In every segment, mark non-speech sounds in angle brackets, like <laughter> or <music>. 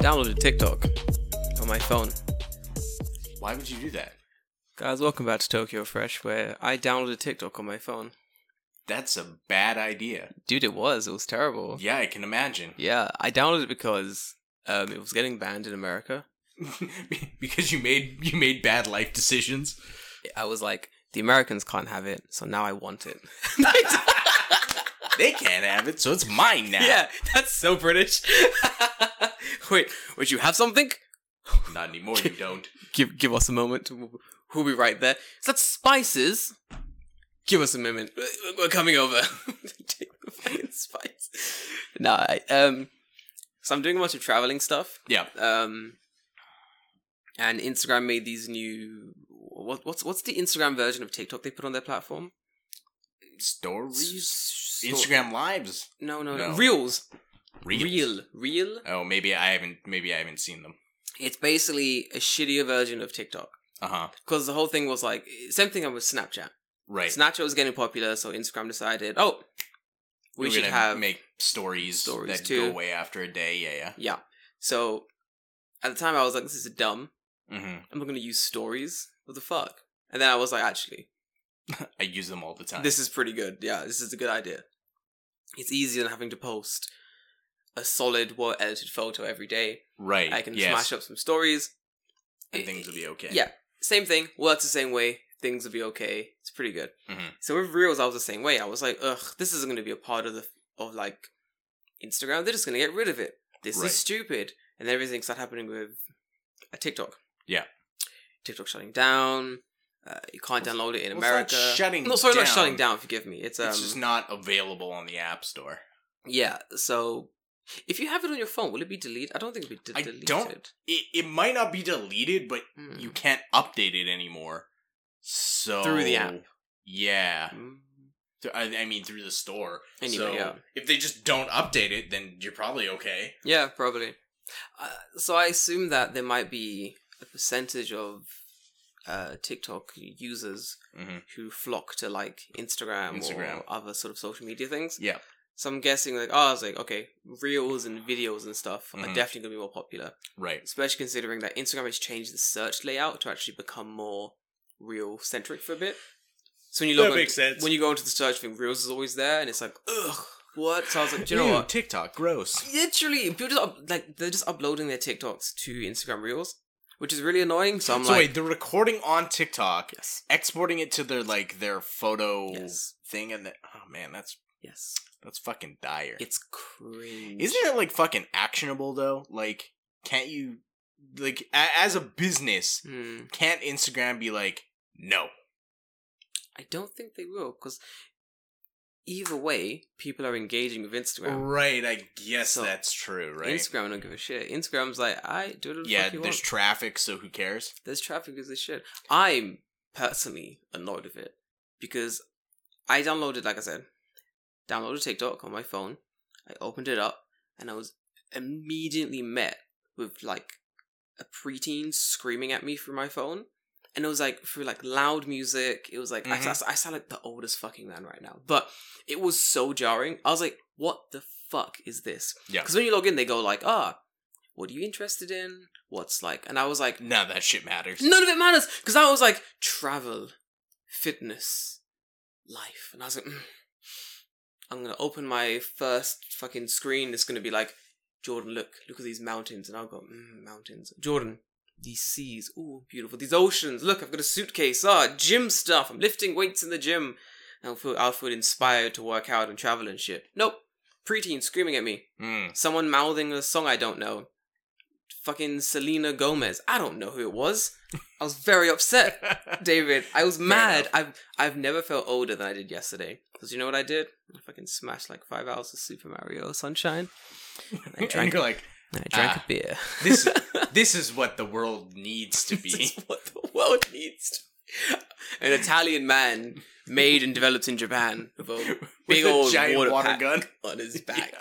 downloaded TikTok on my phone. Why would you do that? Guys, welcome back to Tokyo Fresh, where I downloaded TikTok on my phone. That's a bad idea. Dude, it was. It was terrible. Yeah, I can imagine. <laughs> Yeah, I downloaded it because um, it was getting banned in America. because you made you made bad life decisions. I was like, the Americans can't have it, so now I want it. <laughs> They can't have it, so it's mine now. yeah, that's so British. <laughs> Wait, would you have something? Not anymore, you don't. Give give us a moment. We'll we'll be right there. Is that spices? Give us a moment. We're- We're coming over. <laughs> Fucking Spice. No, I, um, so I'm doing a bunch of traveling stuff. Yeah. Um, and Instagram made these new. What, what's what's the Instagram version of TikTok they put on their platform? Stories? S- Instagram lives. No, no, no. No. Reels. Reels. Real. Real. Oh, maybe I haven't maybe I haven't seen them. It's basically a shittier version of TikTok. Uh-huh. Because the whole thing was like, same thing with Snapchat. Right. Snapchat was getting popular, so Instagram decided, oh, we We're should gonna have. make stories, stories that too. go away after a day. Yeah, yeah. So at the time, I was like, this is dumb. yeah. Mm-hmm. I'm not going to use stories. What the fuck? And then I was like, actually, I use them all the time. this is pretty good. Yeah, this is a good idea. It's easier than having to post a solid, well edited photo every day. right. I can yes. smash up some stories. and things will be okay. Yeah. Same thing. Works the same way. Things will be okay. It's pretty good. Mhm. So with Reels, I was the same way. I was like, ugh, this isn't going to be a part of the of like Instagram. They're just going to get rid of it. This Right. is stupid. And then everything started happening with a TikTok. Yeah. TikTok shutting down. Uh, you can't Well, download it in well, it's not America. shutting no, sorry, not down. shutting down. Forgive me. It's um, it's just not available on the app store. yeah. So if you have it on your phone, will it be deleted? I don't think it'll be de- I deleted. don't- It, it might not be deleted, but Hmm. you can't update it anymore. So Through the app. yeah. Mm. Th- I, I mean, through the store. Anyway, so yeah. if they just don't update it, then you're probably okay. Yeah, probably. Uh, so I assume that there might be a percentage of uh, TikTok users Mm-hmm. who flock to like Instagram, or Instagram. other sort of social media things. Yeah. So I'm guessing like, oh, I was like, okay, reels and videos and stuff are Mhm. definitely gonna be more popular, Right. especially considering that Instagram has changed the search layout to actually become more reel centric for a bit. So when you That look makes sense. when you go into the search thing, reels is always there, and it's like, ugh, what? So I was like, do you know Ew, what? TikTok, gross. literally people just up, like they're just uploading their TikToks to Instagram Reels, which is really annoying. So I'm so like, wait, they're recording on TikTok, yes, exporting it to their like their photo yes, thing, and the, oh man, that's yes. that's fucking dire. It's cringe. Isn't it like fucking actionable though? Like, can't you like a- as a business? Hmm. Can't Instagram be like no? I don't think they will because either way, people are engaging with Instagram. Right. I guess So, that's true. Right. Instagram, I don't give a shit. Instagram's like, I do whatever the yeah. fuck you There's want. traffic, so who cares? there's traffic as this shit. I'm personally annoyed with it because I downloaded, like I said, downloaded TikTok on my phone. I opened it up and I was immediately met with like a preteen screaming at me through my phone. And it was like through like loud music. It was like I- I, I sound like the oldest fucking man right now, but it was so jarring. I was like, "What the fuck is this?" Yeah. <laughs> Because when you log in, they go like, "Ah, what are you interested in? What's like?" And I was like, None of that shit matters. None of it matters because I was like travel, fitness, life, and I was like, mm. I'm gonna open my first fucking screen. It's gonna be like, Jordan, look, look at these mountains, and I'll go, mm, mountains, Jordan. These seas, ooh, beautiful. These oceans, look, I've got a suitcase. Ah, gym stuff. I'm lifting weights in the gym. And I'll feel, I'll feel inspired to work out and travel and shit. Nope. Preteen screaming at me. <laughs> Mm. Someone mouthing a song I don't know. Fucking Selena Gomez. I don't know who it was. I was very upset, <laughs> David. I was mad. I've I've never felt older than I did yesterday. Because you know what I did? I fucking smashed like five hours of Super Mario Sunshine. <laughs> I and drank, you're like, I drank ah, a beer. this is this is what the world needs <laughs> to This <laughs> <laughs> be. is what the world needs. to- An Italian man made and developed in Japan <laughs> with a big With a old giant water, water pack gun. on <laughs> his Yeah. back.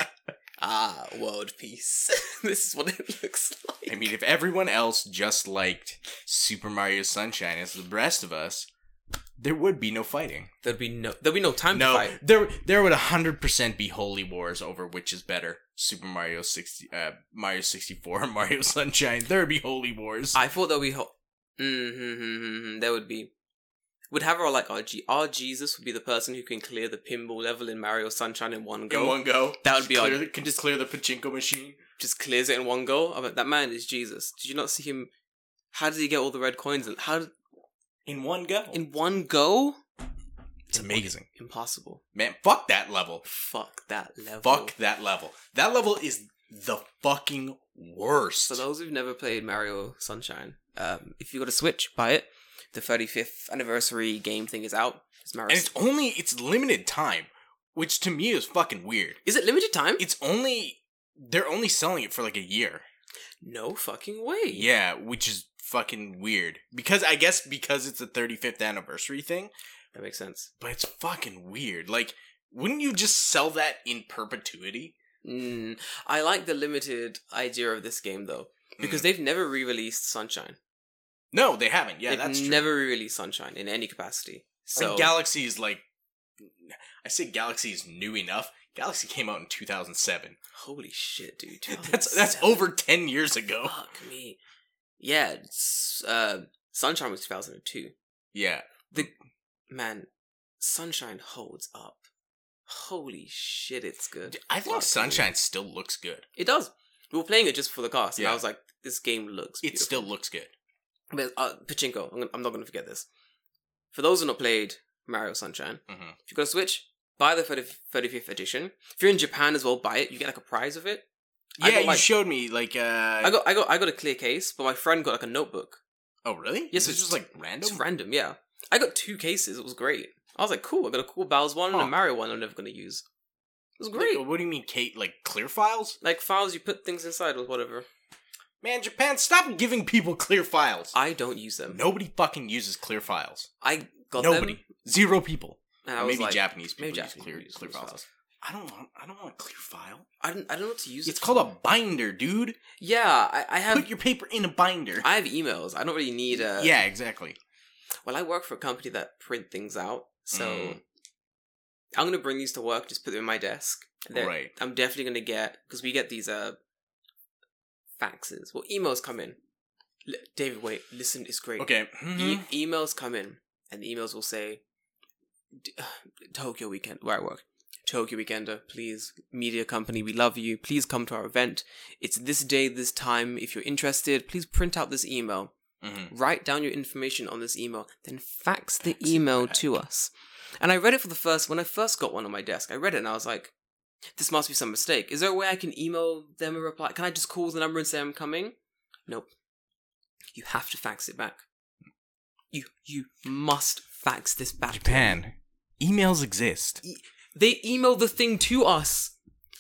Ah, world peace. <laughs> this is what it <laughs> looks like. I mean, if everyone else just liked Super Mario Sunshine as the rest of us, there would be no fighting. There'd be no there'd be no time to No, fight. there there would hundred percent be holy wars over which is better, Super Mario sixty, uh, Mario sixty four, <laughs> Mario Sunshine. There would be holy wars. I thought that we ho- mm-hmm, there would be would have our like our G our Jesus would be the person who can clear the pinball level in Mario Sunshine in one go. in one go. That would be clear, odd. Can just clear the pachinko machine. just clears it in one go. I'm like, that man is Jesus. Did you not see him? How did he get all the red coins? And How did- In one go. in one go? it's amazing. Impossible. Man, fuck that level. Fuck that level. Fuck that level. That level is the fucking worst. For those who've never played Mario Sunshine, um, if you got a Switch, buy it. The 35th anniversary game thing is out. It's Mario. and it's only it's limited time, which to me is fucking weird. is it limited time? It's only they're only selling it for like a year. no fucking way. Yeah, which is fucking weird. Because I guess because it's the 35th anniversary thing, That makes sense. but it's fucking weird. Like wouldn't you just sell that in perpetuity? Mm, I like the limited idea of this game though, Mm. because they've never re-released Sunshine. No, they haven't. Yeah, they've that's true. never re-released Sunshine in any capacity. I So mean, Galaxy is like I say Galaxy is new enough. Galaxy came out in 2007. holy shit, dude. <laughs> That's that's 2007. over 10 years ago. Fuck me. Yeah, it's, uh, Sunshine was 2002. Yeah. Man, Sunshine holds up. Holy shit, it's good. I think Fuck, dude. Sunshine still looks good. It does. We were playing it just for the cast, and Yeah. I was like, this game looks. It Beautiful. still looks good. But, uh, Pachinko, I'm, gonna, I'm not going to forget this. For those who not played Mario Sunshine, Mhm. if you got a Switch, buy the 30, 35th edition. If you're in Japan as well, buy it. You get like a prize of it. I Yeah, got, you like- showed me like uh I got, I got, I got a clear case, but my friend got like a notebook. Oh, really? Yes, Is this it's- just like random. It's random, yeah. I got two cases. It was great. I was like, cool. I got a cool Bowser one and Huh. a Mario one. I'm never gonna use. It was great. Like, what do you mean, Kate? Like clear files? Like files, you put things inside or whatever. Man, Japan, stop giving people clear files. I don't use them. Nobody fucking uses clear files. I got Nobody, them. zero people. And I was maybe like, Japanese people maybe use Japanese clear, people use clear those files. files. I don't want. I don't want a clear file. I don't. I don't know what to use. It's it called for. a binder, dude. Yeah, I, I have. Put your paper in a binder. I uh, have emails. I don't really need a. yeah, exactly. Well, I work for a company that print things out, so Mm. I'm gonna bring these to work. Just put them in my desk. They're- Right. I'm definitely gonna get because we get these uh faxes. Well, emails come in. L- David, wait, listen, it's great. Okay. E- Mhm. emails come in, and the emails will say, D- <sighs> "Tokyo Weekend, where I work, Tokyo Weekender, please, media company, we love you. Please come to our event. It's this day, this time. If you're interested, please print out this email. Mhm. Write down your information on this email, then fax the Fax it email back. to us." And I read it for the first when I first got one on my desk. I read it and I was like, "This must be some mistake. Is there a way I can email them a reply? Can I just call the number and say I'm coming?" Nope. You have to fax it back. You you must fax this back. to them. Japan, emails exist. They email the thing to us.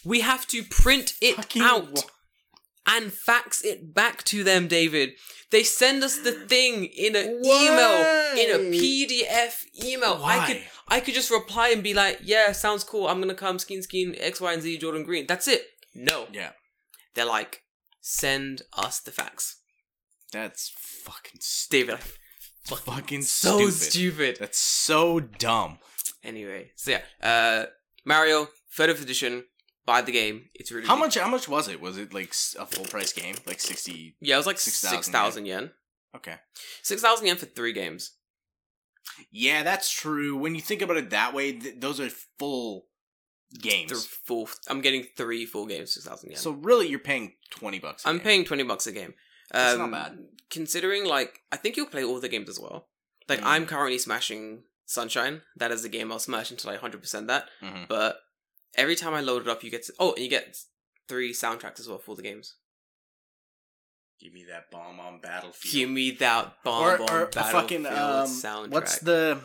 We have to print it Fucking out wha- and fax it back to them, David. They send us the thing in an email, in a Why? PDF email. I could Why? I could just reply and be like, yeah, sounds cool. I'm gonna come skin skin X, Y, and Z, Jordan Green. That's it. No. Yeah, They're like, send us the fax. that's fucking stupid. David, I'm Fucking so stupid. stupid. That's so dumb. Anyway, so yeah, uh, Mario third edition. Buy the game. It's really How good. much? How much was it? Was it like s- a full price game? Like sixty? Yeah, it was like 6,000 six thousand yen. Okay. Six thousand yen for three games. Yeah, that's true. When you think about it that way, th- those are full games. They're full. I'm getting three full games. Six thousand yen. So really, you're paying twenty bucks. a I'm game. paying um, twenty bucks a game. That's not bad. Considering, like, I think you'll play all the games as well. Like, Mm. I'm currently smashing Sunshine. That is the game I'll smash until I hundred percent that. Mhm. But every time I load it up, you get to, oh, and you get three soundtracks as well for the games. Give me that bomb on battlefield. Give me that bomb or, on or a Battlefield fucking um, soundtrack. what's the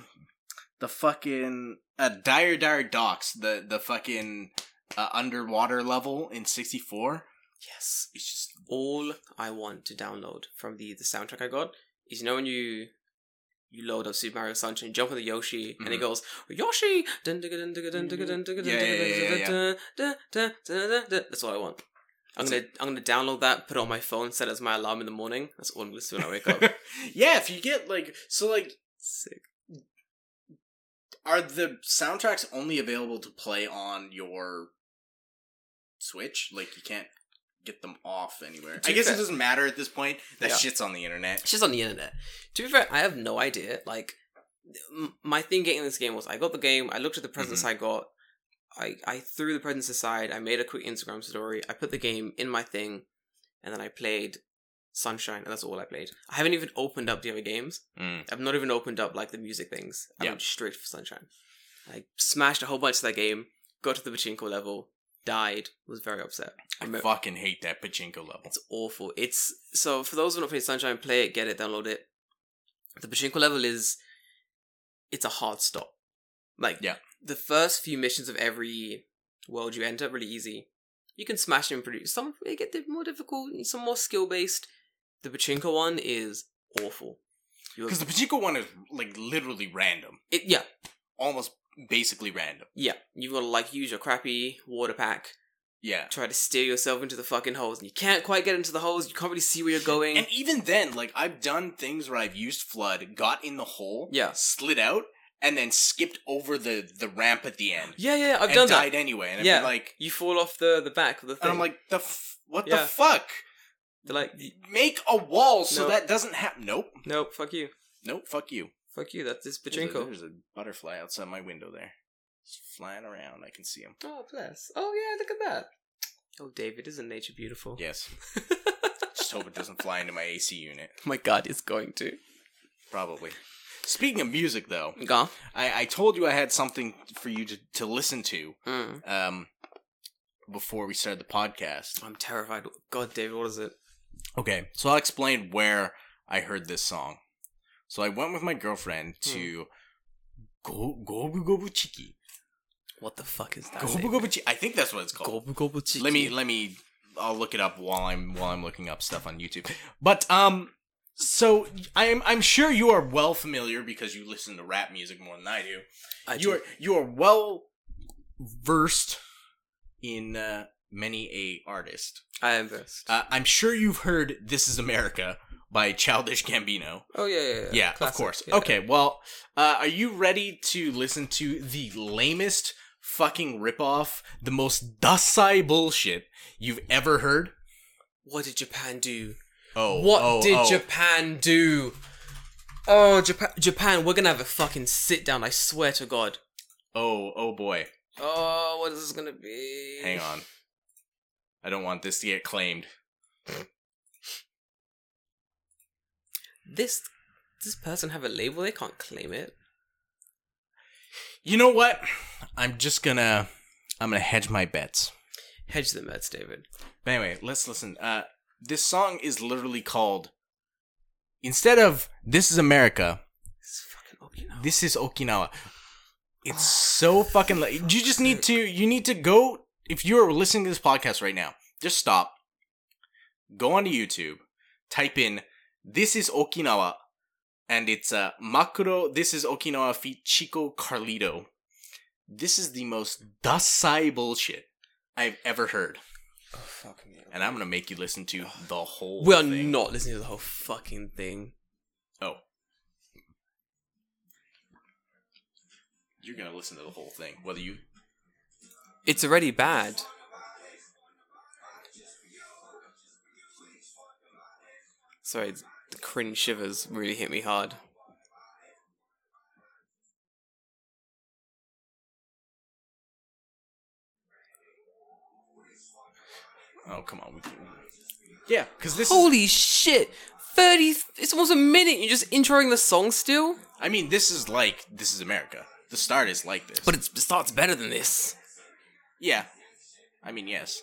the fucking uh, dire dire docks the the fucking uh, underwater level in sixty four. yes? It's just All I want to download from the the soundtrack I got is you know when you you load up Super Mario Sunshine, jump on the Yoshi, and it Mhm. goes Yoshi. dun digga dun digga dun digga dun digga dun Yeah, yeah, yeah, digga yeah, dun dun dun dun dun dun. That's what I want. I'm That's gonna I'm gonna download that, put it on my phone, set it as my alarm in the <laughs> morning. That's all I'm gonna do when I wake up. yeah. If you get like so like Sick. Are the soundtracks only available to play on your Switch? Like you can't get them off anywhere. To I guess fair- it doesn't matter at this point. That Yeah. shit's on the internet. It's just on the internet. To be fair, I have no idea. Like, m- my thing getting this game was I got the game, I looked at the presents I got, I, I threw the presents aside, I made a quick Instagram story, I put the game in my thing, and then I played Sunshine, and that's all I played. I haven't even opened up the other games. I've not even opened up, like, the music things. I Yeah. went straight for Sunshine. I smashed a whole bunch of that game, got to the Pachinko level, died, was very upset. I Remem- fucking hate that pachinko level. it's awful. It's so for those who don't play Sunshine, play it, get it, download it. The pachinko level is it's a hard stop. Like Yeah. the first few missions of every world you enter really easy. You can smash them pretty. Some they get more difficult, some more skill based. The pachinko one is awful. You Because the pachinko one is like literally random, it, yeah almost basically random. yeah you've got to like use your crappy water pack, Yeah. try to steer yourself into the fucking holes, and you can't quite get into the holes. You can't really see where you're going. <laughs> And even then, like I've done things where I've used flood, got in the hole, Yeah. slid out, and then skipped over the the ramp at the end. yeah, yeah, I've and done that. died anyway, and I've Yeah. been like, You fall off the the back of the thing. and I'm like, the f- what the Yeah. fuck? They're like, Make a wall so No. that doesn't happen. Nope, nope, fuck you, nope, fuck you. fuck you. That's this There's a- pachinko. There's a butterfly outside my window there. He's flying around. I can see him. Oh bless. Oh yeah, look at that. Oh David, isn't nature beautiful? Yes. oh Just hope it doesn't fly into my AC unit. my God, it's going to. Probably. Speaking of music, though, Gone. I, I told you I had something for you to, to listen to Mm. um, before we started the podcast. I'm terrified. God, David, what is it? Okay, so I'll explain where I heard this song. So I went with my girlfriend to Go Gobu Gobu Chiki. What the fuck is that? Gobu Gobu Chiki. I think that's what it's called. Gobu gobu chiki. let me let me I'll look it up while I'm while I'm looking up stuff on YouTube. But um so I'm I'm sure you are well familiar because you listen to rap music more than I do. I you do- are you are well versed in uh, many a artist. I am versed. Uh, I'm sure you've heard "This Is America" by Childish Gambino. oh yeah, yeah, yeah. Yeah, of Classic, course. yeah. Okay, well, uh, are you ready to listen to the lamest fucking ripoff, the most dusty bullshit you've ever heard? What did Japan do? Oh, What oh, did oh. Japan do? Oh, Japan, Japan, we're gonna have a fucking sit down. I swear to God. Oh, oh boy, Oh, what is this gonna be? hang on. I don't want this to get claimed. This does this person have a label? They can't claim it. You know what? I'm just gonna, I'm gonna hedge my bets. Hedge the Mets, David. But anyway, let's listen. Uh, this song is literally called. Instead of "This Is America," This is fucking Okinawa. This is Okinawa. It's so fucking. Li- you just need to. You need to go. If you're listening to this podcast right now, just stop. Go onto YouTube. Type in "This is Okinawa," and it's uh, Makuro. This is Okinawa feat Chico Carlito. This is the most dasai bullshit I've ever heard, Oh, fuck me. and I'm gonna make you listen to the whole. we are thing. not listening to the whole fucking thing. Oh. You're gonna listen to the whole thing, whether you It's already bad. Sorry, the cringe shivers really hit me hard. Oh come on, we can. Yeah, because this. is, Holy shit! 30. It's almost a minute. You're just introing the song still? I mean, this is like this is America. The start is like this. But it's, it starts better than this. yeah, I mean <laughs> yes.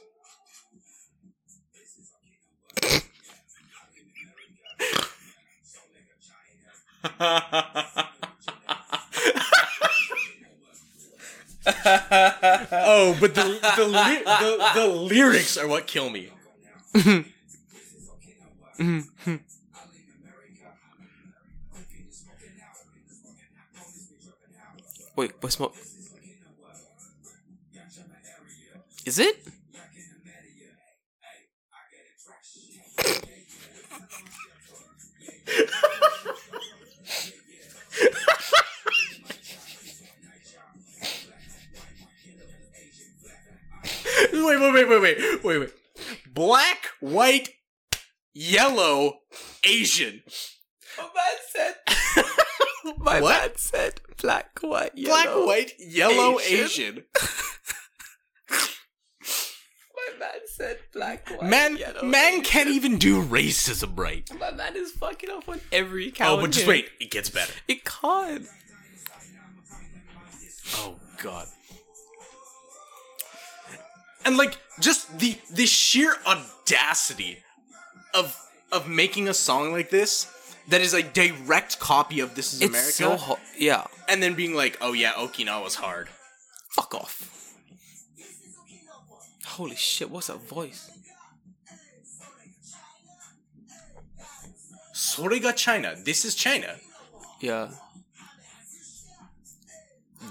oh, but the the, ly- the the lyrics are what kill me. Wait, what's my? Is it? wait, wait, wait, wait, wait, wait, wait. Black, white, yellow, Asian. My man <laughs> said. my What? man said black, white, Black, yellow. white, yellow, Asian. Asian. My man said black, white, Man, yellow. man can't even do racism right. My man is fucking up on every count. Oh, but just here. wait, it gets better. It can't. Oh god. And like just the the sheer audacity of of making a song like this that is a direct copy of This Is It's America so hot. Yeah. and then being like, "Oh yeah, Okinawa's hard." Fuck off. Holy shit, what's that voice? Sorry ga China. This is China. Yeah.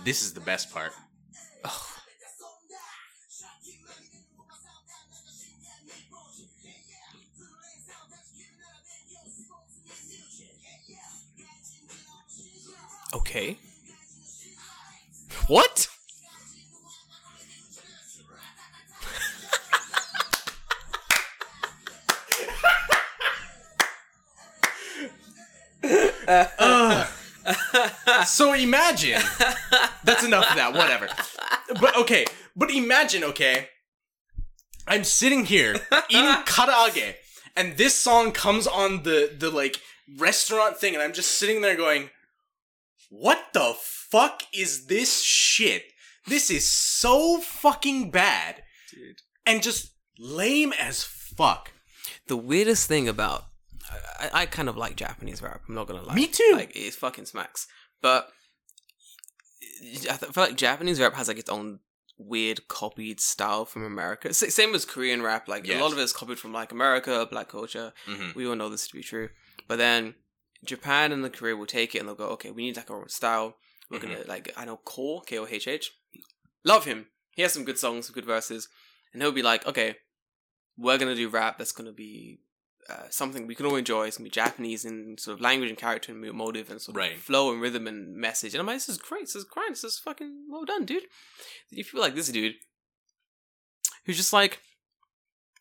This is the best part. Okay. What? Ugh. <laughs> so imagine that's enough of that whatever but okay but imagine okay i'm sitting here eating <laughs> karaage and this song comes on the the like restaurant thing and i'm just sitting there going what the fuck is this shit? This is so fucking bad Dude. and just lame as fuck. The weirdest thing about. I- I, I kind of like Japanese rap, I'm not gonna lie. Me <laughs> too. Like, it fucking smacks. But. I th- feel like Japanese rap has like its own weird copied style from America. S- same as Korean rap, like Yes. a lot of it is copied from like America, black culture. Mm-hmm. we all know this to be true. But then Japan and the Korea will take it and they'll go, okay, we need like our own style. We're gonna like I know Core K O H H, love him. He has some good songs, some good verses, and he'll be like, okay, we're gonna do rap that's gonna be uh, something we can all enjoy. It's gonna be Japanese in sort of language and character and mo- motive and sort of Right. flow and rhythm and message. And I'm like, this is great. This is great. This is fucking well done, dude. You feel like this dude, who's just like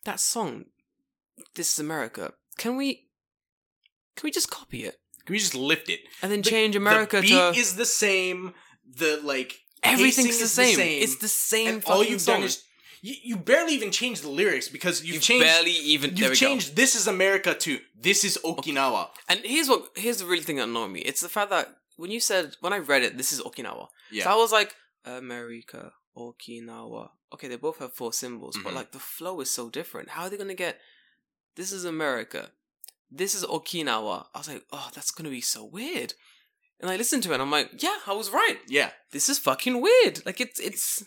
that song, "This Is America." Can we, can we just copy it Can we just lift it? and then The- change America the beat to is the same. The like everything's pacing the is same. It's the same. and all fucking you've song. done is you, you barely even changed the lyrics because you've, You've changed barely even. there you've we changed "This is America" to "This is Okinawa." go. And here's what here's the really thing that annoyed me. It's the fact that when you said when I read it, this is Okinawa. Yeah. So I was like, America, Okinawa. Okay, they both have four symbols, but Mhm. like the flow is so different. How are they gonna get? This is America. This is Okinawa. I was like, oh, that's gonna be so weird. And I listened to it, and I'm like, yeah, I was right. Yeah, this is fucking weird. Like it's it's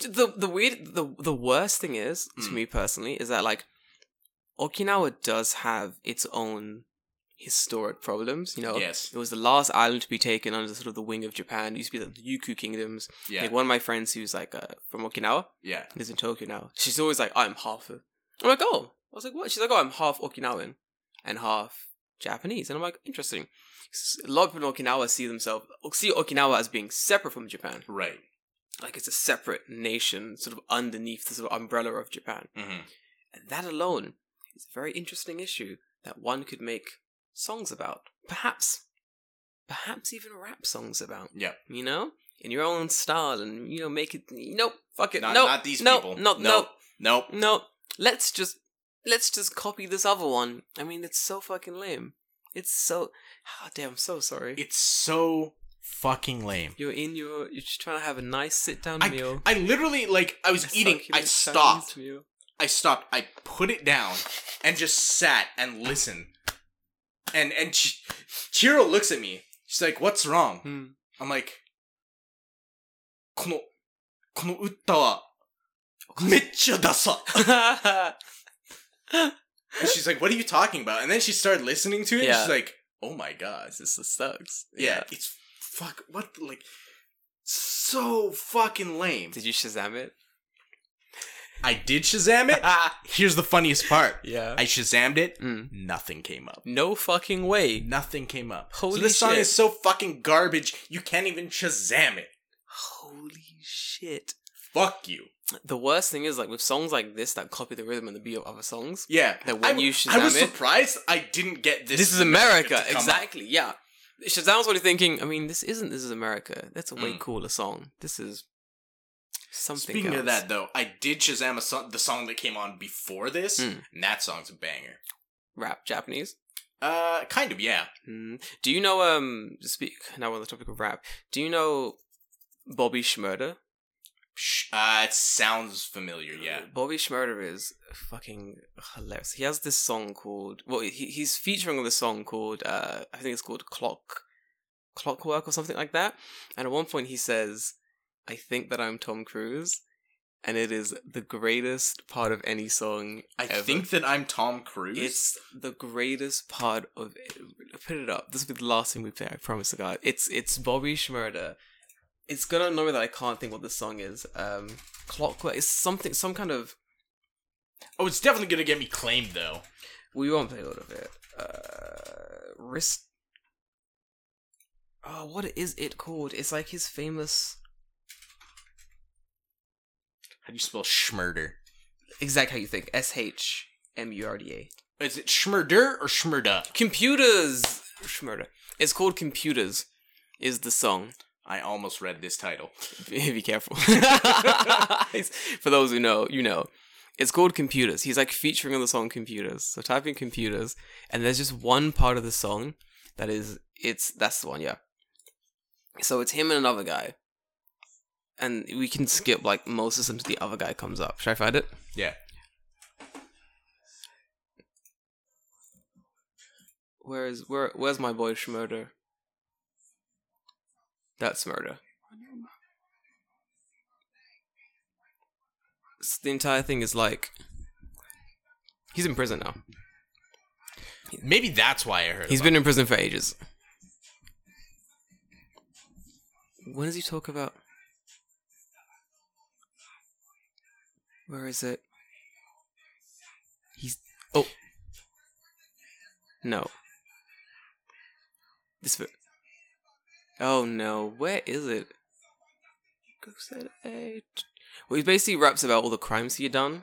the the weird the the worst thing is to Mm. me personally is that like Okinawa does have its own historic problems. You know, Yes. it was the last island to be taken under sort of the wing of Japan. It used to be the Yuku kingdoms. yeah, Like one of my friends who's like uh, from Okinawa yeah. lives in Tokyo now. She's always like, I'm half. a-" I'm like, oh. I was like, what? She's like, oh, I'm half Okinawan and half Japanese. And I'm like, interesting. S- A lot of people in Okinawa see themselves see Okinawa as being separate from Japan, Right. like it's a separate nation, sort of underneath the sort of umbrella of Japan. Mm-hmm. And that alone is a very interesting issue that one could make songs about, perhaps, perhaps even rap songs about. Yeah. You know, in your own style, and you know, make it. Nope, fuck it. Not, nope, not these nope, people. Nope, no, nope, nope. no, let's just let's just copy this other one. I mean, it's so fucking lame. It's so oh, damn. I'm so sorry. It's so fucking lame. you're in your. You're just trying to have a nice sit down I, meal. I literally like I was a eating. I succulent stopped. Chinese meal. I stopped. I put it down and just sat and listened. And and Ch- Chiro looks at me. She's like, "What's wrong?" Hmm. I'm like, "このこの歌はめっちゃダサ." And she's like, "What are you talking about?" And then she started listening to it. And Yeah. she's like, "Oh my god." <laughs> this just sucks. Yeah, it's fuck. What like so fucking lame. Did you Shazam it? I did <laughs> Shazam it. Here's the funniest part. yeah. I Shazammed it. Mm. Nothing came up. No fucking way. Nothing came up. Holy so this song shit. is so fucking garbage. You can't even Shazam it. Holy shit. fuck you. The worst thing is like with songs like this that copy the rhythm and the beat of other songs. Yeah. That I, when you I was Shazam it- surprised I didn't get this. This, is America, to come up. exactly. Yeah, Shazam's already thinking. I mean, this isn't. This is America. That's a way Mm. cooler song. This is something. Speaking else. of that, though, I did Shazam a song, the song that came on before this, Mm. and that song's a banger. rap Japanese. Uh, kind of, yeah. Mm. Do you know? Um, speak now on the topic of rap. Do you know Bobby Schmurder? Sh- Uh, it sounds familiar, yeah. Uh, Bobby Schmurder is fucking hilarious. He has this song called well, he, he's featuring on this song called uh, I think it's called Clock, Clockwork or something like that. And at one point he says, "I think that I'm Tom Cruise," and it is the greatest part of any song. I ever. think that I'm Tom Cruise. It's the greatest part of. Put it up. This will be the last thing we play. I promise to God. It's it's Bobby Schmurda. It's gonna annoy me that I can't think what this song is. Um, Clockwork. It's something. Some kind of. oh, it's definitely gonna get me claimed though. We won't play a lot of it. Uh, wrist. Oh, what is it called? It's like his famous. How do you spell schmurder? Exact how you think. S H M U R D A. Is it schmurder or schmurda? Computers. Schmurda. It's called Computers. Is the song. I almost read this title. <laughs> be careful. For those who know, you know. It's called Computers. He's like featuring on the song Computers. So type in Computers, and there's just one part of the song that is it's that's the one, yeah. So it's him and another guy, and we can skip like most of them until the other guy comes up. Should I find it? Yeah. Where is where? Where's my boy Schmurder? That's murder. S- The entire thing is like he's in prison now. Maybe that's why I heard. He's He's been in prison for ages. When does he talk about? Where is it? He's oh no. This bit- oh no, where is it? Go said eight. Well, he basically raps about all the crimes he had done,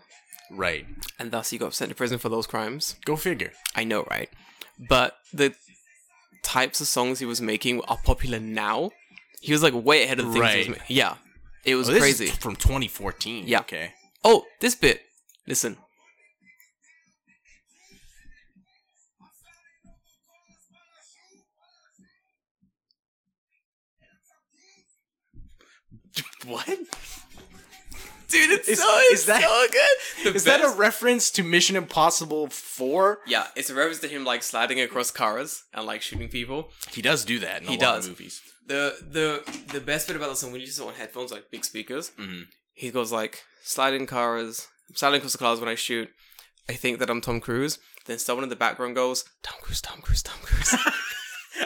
right. and thus he got sent to prison for those crimes. Go figure. I know, right? But the types of songs he was making are popular now. He was like way ahead of the things he was Right. making. Yeah. It was Oh, this is crazy. from 2014. Yeah. Okay. <laughs> Oh, this bit. Listen. What Dude, it's Is- so, is that- so good. <laughs> The is that a best- reference to Mission Impossible Four? Yeah, it's a reference to him like sliding across cars and like shooting people. He does do that. In He a lot does. Of movies. The the the best bit about the song when you just on headphones like big speakers, Mhm. he goes like sliding cars, sliding across the cars when I shoot. I think that I'm Tom Cruise. Then someone in the background goes, Tom Cruise, Tom Cruise, Tom Cruise.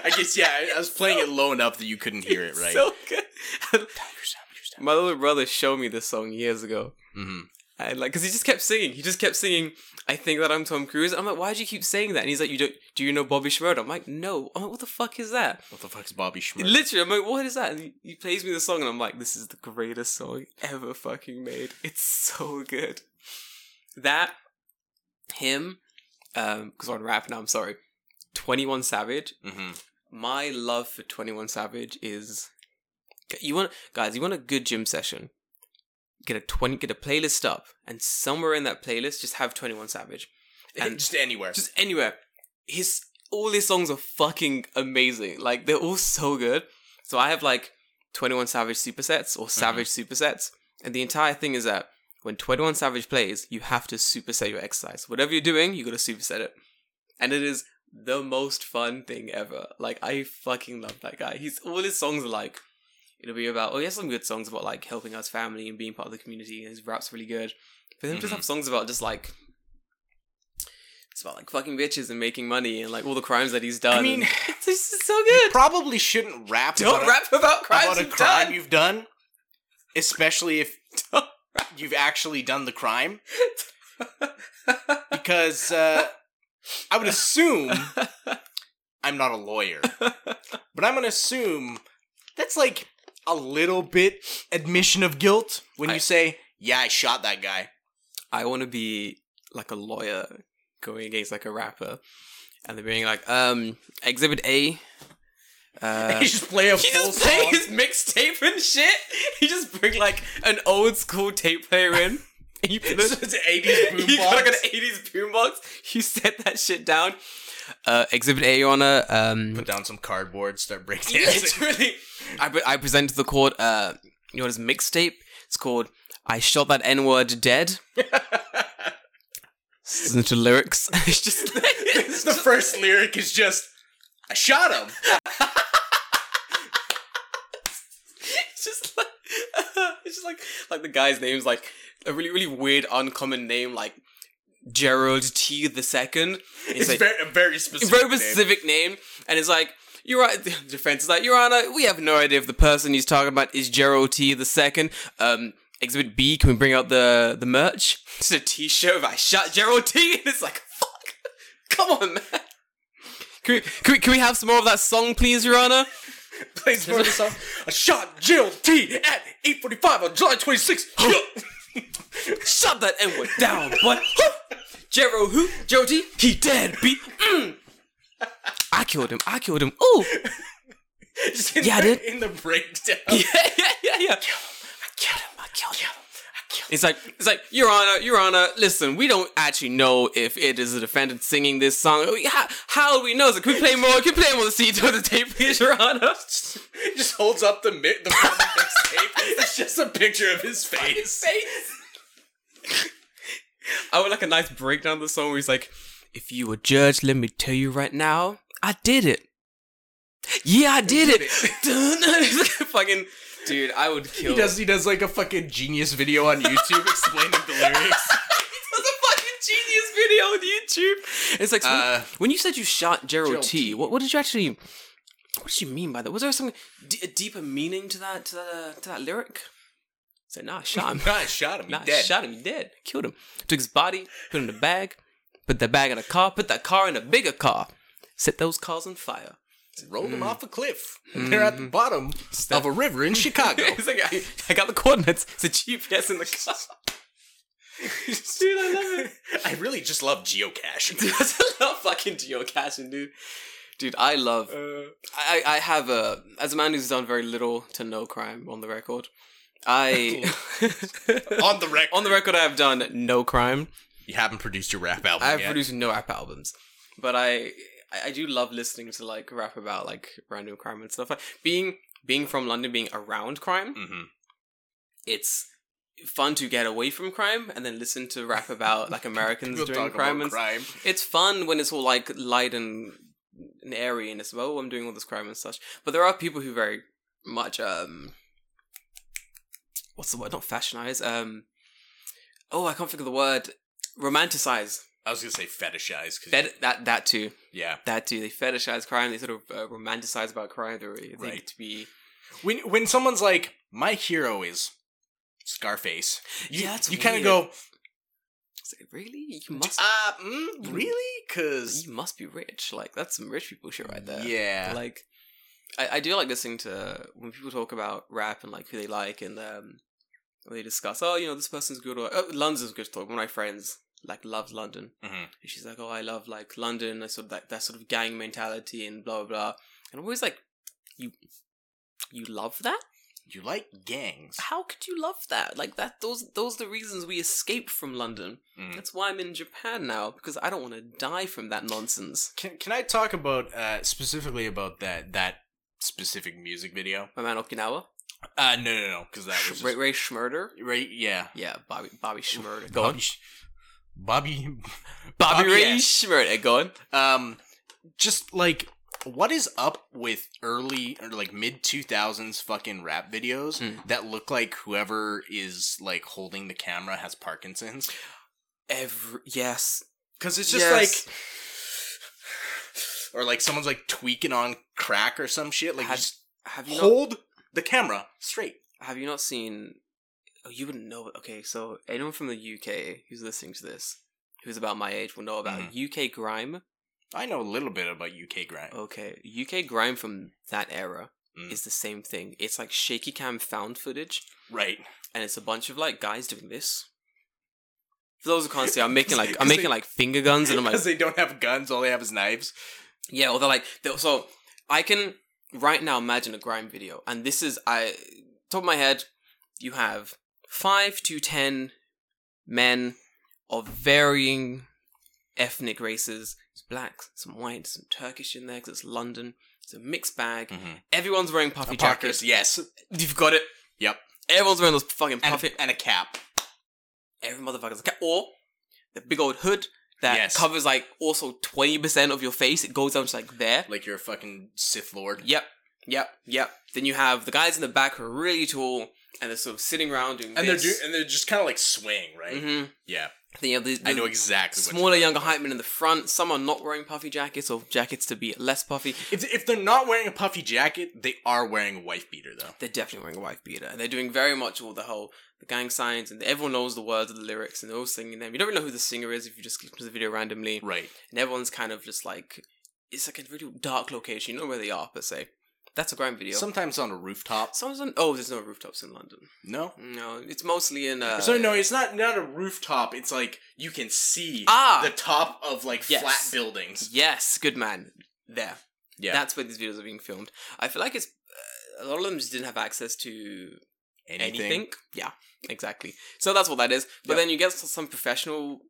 I guess yeah. I, I was playing it low enough that you couldn't hear it <laughs> <laughs> right. So good. My little brother showed me this song years ago. mm-hmm. And like, cause he just kept singing. He just kept singing. I think that I'm Tom Cruise. I'm like, why do you keep saying that? And he's like, you don't. Do you know Bobby Schmurder? I'm like, no. I'm like, what the fuck is that? What the fuck's Bobby Schmurder? Literally, I'm like, what is that? And he, he plays me the song, and I'm like, this is the greatest song ever fucking made. It's so good. That him, um, cause we're on rap now. I'm sorry. Twenty One Savage mm-hmm. my love for 21 Savage is you want guys, you want a good gym session. Get a 20 get a playlist up and somewhere in that playlist just have 21 Savage. And- just anywhere. Just anywhere. His all his songs are fucking amazing. Like they're all so good. So I have like 21 Savage supersets or Savage supersets and the entire thing is that when 21 Savage plays, you have to superset your exercise. Whatever you're doing, you got to superset it. And it is the most fun thing ever. Like I fucking love that guy. He's all his songs are like it'll be about oh he has some good songs about like helping us family and being part of the community and his rap's really good. But then just Mhm. have songs about just like it's about like fucking bitches and making money and like all the crimes that he's done. I <laughs> mean, and- it's just so you good. probably shouldn't rap. Don't about rap about a, crimes about a you've crime done. you've done, especially if <laughs> you've actually done the crime, because uh, I would assume I'm not a lawyer, but I'm gonna assume that's like a little bit admission of guilt when I- you say, "Yeah, I shot that guy." I want to be like a lawyer going against like a rapper, and they're being like, um, Exhibit A. Uh, <laughs> He just play a <laughs> He full just playing song. his mixtape and shit. He just bring like an old school tape player <laughs> in. And you put it- It's an <laughs> 80s You got like an boombox. 80s boombox. You set that shit down. Uh, exhibit A, Your Honor. Um, Put down some cardboard, start breaking. literally, I, pre- I present to the court uh, Your Honor's mixtape. It's called I Shot That N Word Dead. Listen to lyrics. <laughs> it's just. It's <laughs> the first lyric is just, "I shot him." It's just like <laughs> it's just like like the guy's name's like a really really weird uncommon name like Gerald T the second. It's It's, like very, a very specific. very name. specific name. and it's like you're right. The <laughs> defense is like Your Honor, we have no idea if the person he's talking about is Gerald T the second. Um, Exhibit B, can we bring out the the merch? <laughs> It's a T-shirt. If I shot Gerald T, <laughs> and it's like fuck. Come on, man. Can we, can we can we have some more of that song, please, Your Honor? Plays more of the song. <laughs> I shot Jill T at 8:45 on July 26th. Shut that N word down, <laughs> but Jero who? Jody? He dead, beat. Mm. I killed him. I killed him. Ooh. Just in Yeah, the, dude. In the breakdown. Yeah, yeah, yeah, yeah. I killed him. I killed him. I killed him. It's like it's like Your Honor, Your Honor. Listen, we don't actually know if it is the defendant singing this song. We- How, how do we know? So can we play more? Can we play more of the CD on the tape, please, Your Honor? just holds up the mi- the mixtape. <laughs> It's just a picture of his face. I would like a nice breakdown of the song where he's like, if you were judge, let me tell you right now, I did it. Yeah, I did it. Dun, dun. He's like, <laughs> fucking dude, I would kill. He does he does like a fucking genius video on YouTube explaining <laughs> the lyrics. He does a fucking genius video on YouTube. It's like so when- Uh, when you said you shot Gerald Gerald T. What, what did you actually? What did you mean by that? Was there some d- a deeper meaning to that to that, uh, to that lyric? So nah, I shot <laughs> him. Nah, I shot him. He Nah, dead. shot him. He dead. Killed him. Took his body, put it in a bag, put that bag in a car, put that car in a bigger car, set those cars on fire. Rolled Mm. him off a cliff. They're at the bottom of a river in Chicago. <laughs> <laughs> It's like, I, I got the coordinates. It's a GPS in the car. <laughs> dude, I love it. I really just love geocaching. <laughs> Dude, I love fucking geocaching, dude. Dude, I love. Uh. I I I have a as a man who's done very little to no crime on the record. <laughs> I on the record, on the record I have done no crime. you haven't produced your rap album I have yet. produced no rap albums, but I I- I do love listening to like rap about like random crime and stuff. Like, being being from London, being around crime, Mhm. it's fun to get away from crime and then listen to rap about like Americans <laughs> We'll doing talk crime. about And crime. it's fun when it's all like light and, and airy and it's well I'm doing all this crime and such. But there are people who very much um what's the word? Not fashionize. Um oh I can't think of the word. Romanticize. I was gonna say fetishize. 'cause- That that that too. yeah. That too. They fetishize crime. They sort of uh, romanticize about crime. They think Right. to be When when someone's like, my hero is Scarface. You, Yeah, that's you kind of weird. go, it's like, really you must uh, mm, really? Because you must be rich. Like that's some rich people shit right there. yeah, Like, I, I do like listening to when people talk about rap and like who they like and um, when they discuss, oh, you know, this person's good or oh, London's good. To talk. One of my friends like loves London, Mhm. and she's like, oh, I love like London. I sort of like that sort of gang mentality and blah blah blah. And I'm always like, you, you love that? you like gangs. How could you love that? Like that? Those those are the reasons we escaped from London. Mm. That's why I'm in Japan now because I don't want to die from that nonsense. Can can I talk about uh, specifically about that that specific music video? My man Okinawa, Uh, no, no, no, because that was Ray, just, Ray Schmurder. right. Yeah, Yeah, Bobby Bobby Schmurda. Go Bobby, on. Sh- Bobby. Bobby, Bobby Ray S. Schmurda. Go on. Um, just like what is up with early or like mid two thousands fucking rap videos Hmm. that look like whoever is like holding the camera has Parkinson's? Every yes, Because it's just Yes. like. Or like someone's like tweaking on crack or some shit. Like Have- just have you hold the camera straight. not have you not seen? Oh, you wouldn't know. Okay, so anyone from the UK who's listening to this, who's about my age, will know about Hmm. UK grime. I know a little bit about UK grind. Okay, UK grime from that era Mm. is the same thing. It's like shaky cam found footage, Right. and it's a bunch of like guys doing this. For those who can't see, I'm making like I'm <laughs> 'Cause they- making like finger <laughs> guns, and I'm like, Because they don't have guns, all they have is knives. yeah, or they're like, they're, so I can right now imagine a grime video, and this is I top of my head, you have five to ten men of varying ethnic races. It's blacks, some whites, some Turkish in there because it's London. It's a mixed bag. Hmm. Everyone's wearing puffy jackets. <laughs> Parkers, yes. You've got it. Yep. Everyone's wearing those fucking And, puffy. a, and a cap. Every motherfucker's a cat. Or the big old hood that Yes. covers like also 20% of your face. It goes down to like there. Like you're a fucking Sith Lord. Yep. Yep. Yep. Then you have the guys in the back who are really tall and they're sort of sitting around doing And they're, this. do- and they're just kind of like swaying, right? hmm Yeah. Then you have the, the I know exactly what smaller, younger hype men in the front. Some are not wearing puffy jackets or jackets to be less puffy. If, if they're not wearing a puffy jacket, they are wearing a wife beater, though. They're definitely wearing a wife beater. And they're doing very much all the whole the gang signs and everyone knows the words of the lyrics and they're all singing them. You don't really know who the singer is if you just click to the video randomly. Right. and everyone's kind of just like it's like a really dark location. You know where they are per se. That's a grime video. Some Sometimes on a rooftop. someone's on. Oh, there's no rooftops in London. No. No, it's mostly in. Uh, so no, it's not not a rooftop. It's like you can see Ah! the top of like Yes. flat buildings. Yes, good man. There. Yeah. That's where these videos are being filmed. I feel like it's uh, a lot of them just didn't have access to anything. Yeah, exactly. So that's what that is. But Yep. then you get s- some professional,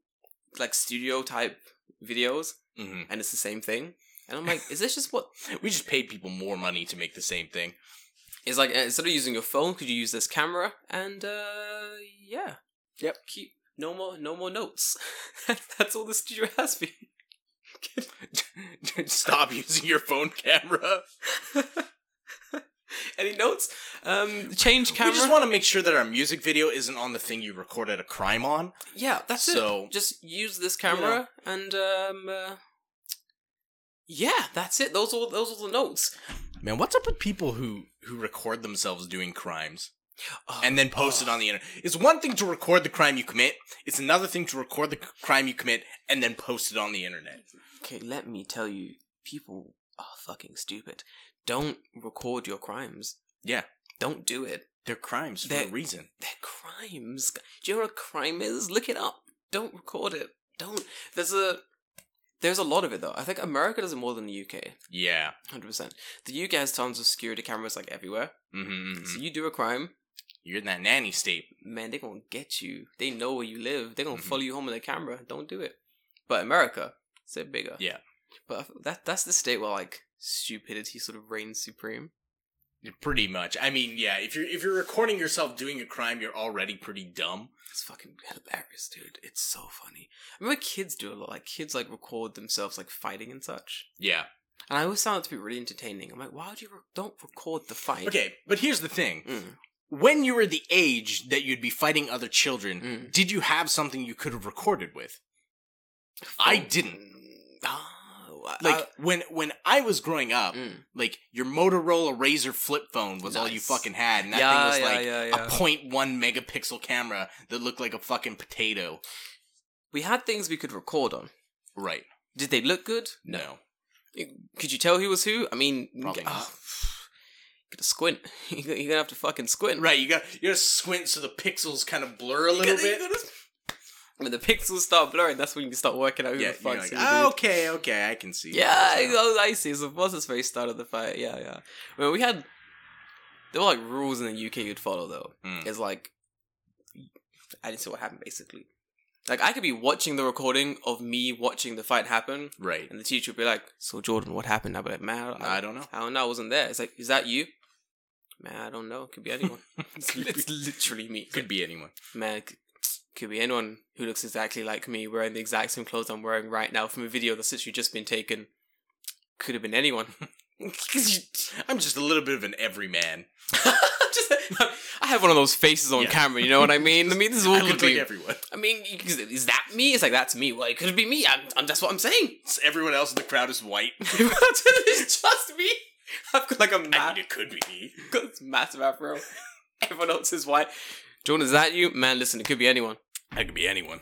like studio type videos, hmm and it's the same thing. And I'm <laughs> like, is this just what We just paid people more money to make the same thing. <laughs> It's like uh, instead of using your phone, could you use this camera? And uh yeah. Yep. Keep no more no more notes. <laughs> That's all the studio has been. <laughs> <laughs> Stop using your phone camera. <laughs> Any notes? Um change camera. We just want to make sure that our music video isn't on the thing you recorded a crime on. yeah, that's So- it. Just use this camera and um uh, yeah, that's it. Those are those are the notes. Man, what's up with people who who record themselves doing crimes and then post it on the internet? It's one thing to record the crime you commit. It's another thing to record the c- crime you commit and then post it on the internet. Okay, let me tell you, people are fucking stupid. Don't record your crimes. Yeah. Don't do it. They're crimes for They're- a reason. They're crimes. Do you know what a crime is? Look it up. Don't record it. Don't. There's a there's a lot of it though. I think America does it more than the UK. Yeah. Hundred percent. The UK has tons of security cameras like everywhere. Mm-hmm. So you do a crime, You're in that nanny state. man, they're gonna get you. They know where you live. They're gonna Mhm. follow you home with a camera. Don't do it. But America, it's a bit bigger. Yeah. But I feel that that's the state where like stupidity sort of reigns supreme. Pretty much. I mean, yeah. If you're if you're recording yourself doing a crime, you're already pretty dumb. It's fucking hilarious, dude. It's so funny. I remember kids do a lot. Like kids like record themselves like fighting and such. Yeah. And I always found it to be really entertaining. I'm like, why would you re- don't record the fight? Okay, but here's the thing. Mm. When you were the age that you'd be fighting other children, Mm. did you have something you could have recorded with? I didn't. Oh, I- Like I- when when I was growing up, Mm. like your Motorola Razor flip phone was all you Nice. fucking had, and that yeah, thing was yeah, like yeah, yeah. a point one megapixel camera that looked like a fucking potato. we had things we could record on. Right. Did they look good? No. Could you tell who was who? I mean, Probably ah, <sighs> not. Gonna squint. <laughs> You're gonna- you're gonna have to fucking squint. Right, you got you gotta squint so the pixels kind of blur a You little gotta- you bit. gotta- <laughs> When the pixels start blurring, that's when you start working out who Yeah, the fuck's you're like, who, dude. "Ah, okay, okay, I can see. Yeah, this I, now." I see. So it was this very start of the fight. Yeah, yeah. Well, we had there were like rules in the UK you'd follow though. Mm. It's like I didn't see what happened basically. Like I could be watching the recording of me watching the fight happen, Right. and the teacher would be like, "So Jordan, what happened?" I'd be like, "Man, I, I don't know. I don't know. I wasn't there." It's like, "Is that you?" Man, I don't know. It could be <laughs> anyone. it's, li- <laughs> it's literally me. Could be anyone. Man, it c- could be anyone who looks exactly like me, wearing the exact same clothes I'm wearing right now from a video that's literally just been taken. Could have been <laughs> anyone. <laughs> Just- <laughs> I'm just a little bit of an everyman. <laughs> I have one of those faces on Yeah. camera. You know what I mean? I mean, this is <laughs> I all look could like be. everyone. I mean, you can say, is that me? It's like that's me. Well, it could be me. I'm, I'm, that's what I'm <laughs> saying. <laughs> It's- Everyone else in the crowd is white. it's just me. I've got like a I ma- mean, it could be me. <laughs> got this massive afro. Everyone else is white. Jordan, is that you? Man, listen, it could be anyone. I could be anyone.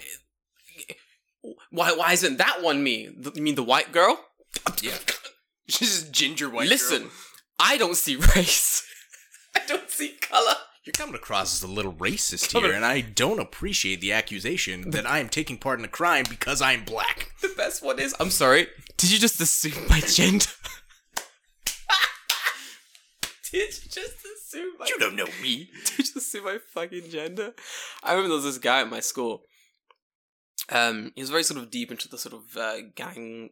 Why? Why isn't that one me? Th- You mean the white girl? <laughs> Yeah. She's just ginger white. Listen, girl. I don't see <laughs> race. I don't see color. You're coming across as a little racist here, and I don't appreciate the accusation that I am taking part in a crime because I am black. The best one is I'm sorry. Did you just assume my <laughs> gender? Did you just assume my You don't know me. <laughs> Did you just see my fucking gender? I remember there was this guy at my school. Um, he was very sort of deep into the sort of uh, gang.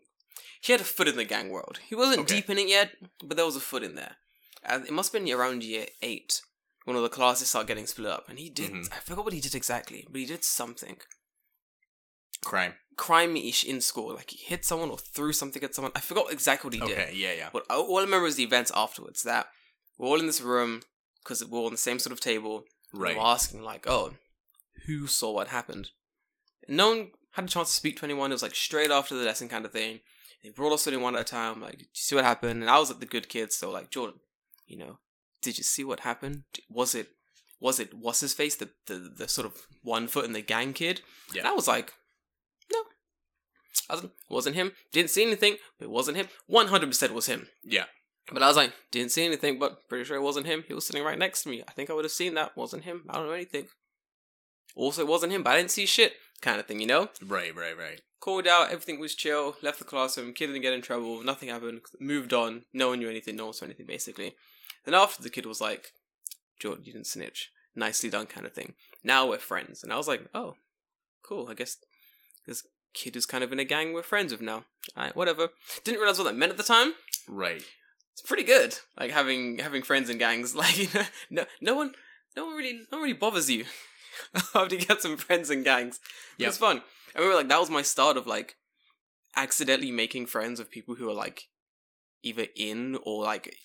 He had a foot in the gang world. He wasn't Okay. deep in it yet, but there was a foot in there. And it must have been around year eight when all the classes started getting split up. And he did. Mhm. I forgot what he did exactly, but he did something Crime. crime ish in school. Like he hit someone or threw something at someone. I forgot exactly what he did. Okay, yeah, yeah. What I, all I remember is the events afterwards. That we're all in this room because we're all on the same sort of table. Right. They were asking like, "Oh, who saw what happened?" And no one had a chance to speak to anyone. It was like straight after the lesson kind of thing. They brought us in one at a time. Like, did you see what happened? And I was like the good kid, so like Jordan, you know, did you see what happened? Was it was it was his face the the, the sort of one foot in the gang kid? Yeah. And I was like, no, I wasn't, wasn't him. Didn't see anything, but it wasn't him. One hundred percent was him. Yeah. But I was like, didn't see anything, but pretty sure it wasn't him. He was sitting right next to me. I think I would have seen that. Wasn't him. I don't know anything. Also, it wasn't him, but I didn't see shit. Kind of thing, you know? Right, right, right. Called out, everything was chill, left the classroom, kid didn't get in trouble, nothing happened, moved on, no one knew anything, no one saw anything, basically. Then after, the kid was like, Jordan, you didn't snitch. Nicely done, kind of thing. Now we're friends. And I was like, oh, cool, I guess this kid is kind of in a gang we're friends with now. Alright, whatever. Didn't realize what that meant at the time Right. it's pretty good. Like having having friends in gangs. <laughs> Like you know, no no one no one really no one really bothers you <laughs> after you get some friends in gangs. But It's fun. I remember like that was my start of like accidentally making friends with people who are like either in or like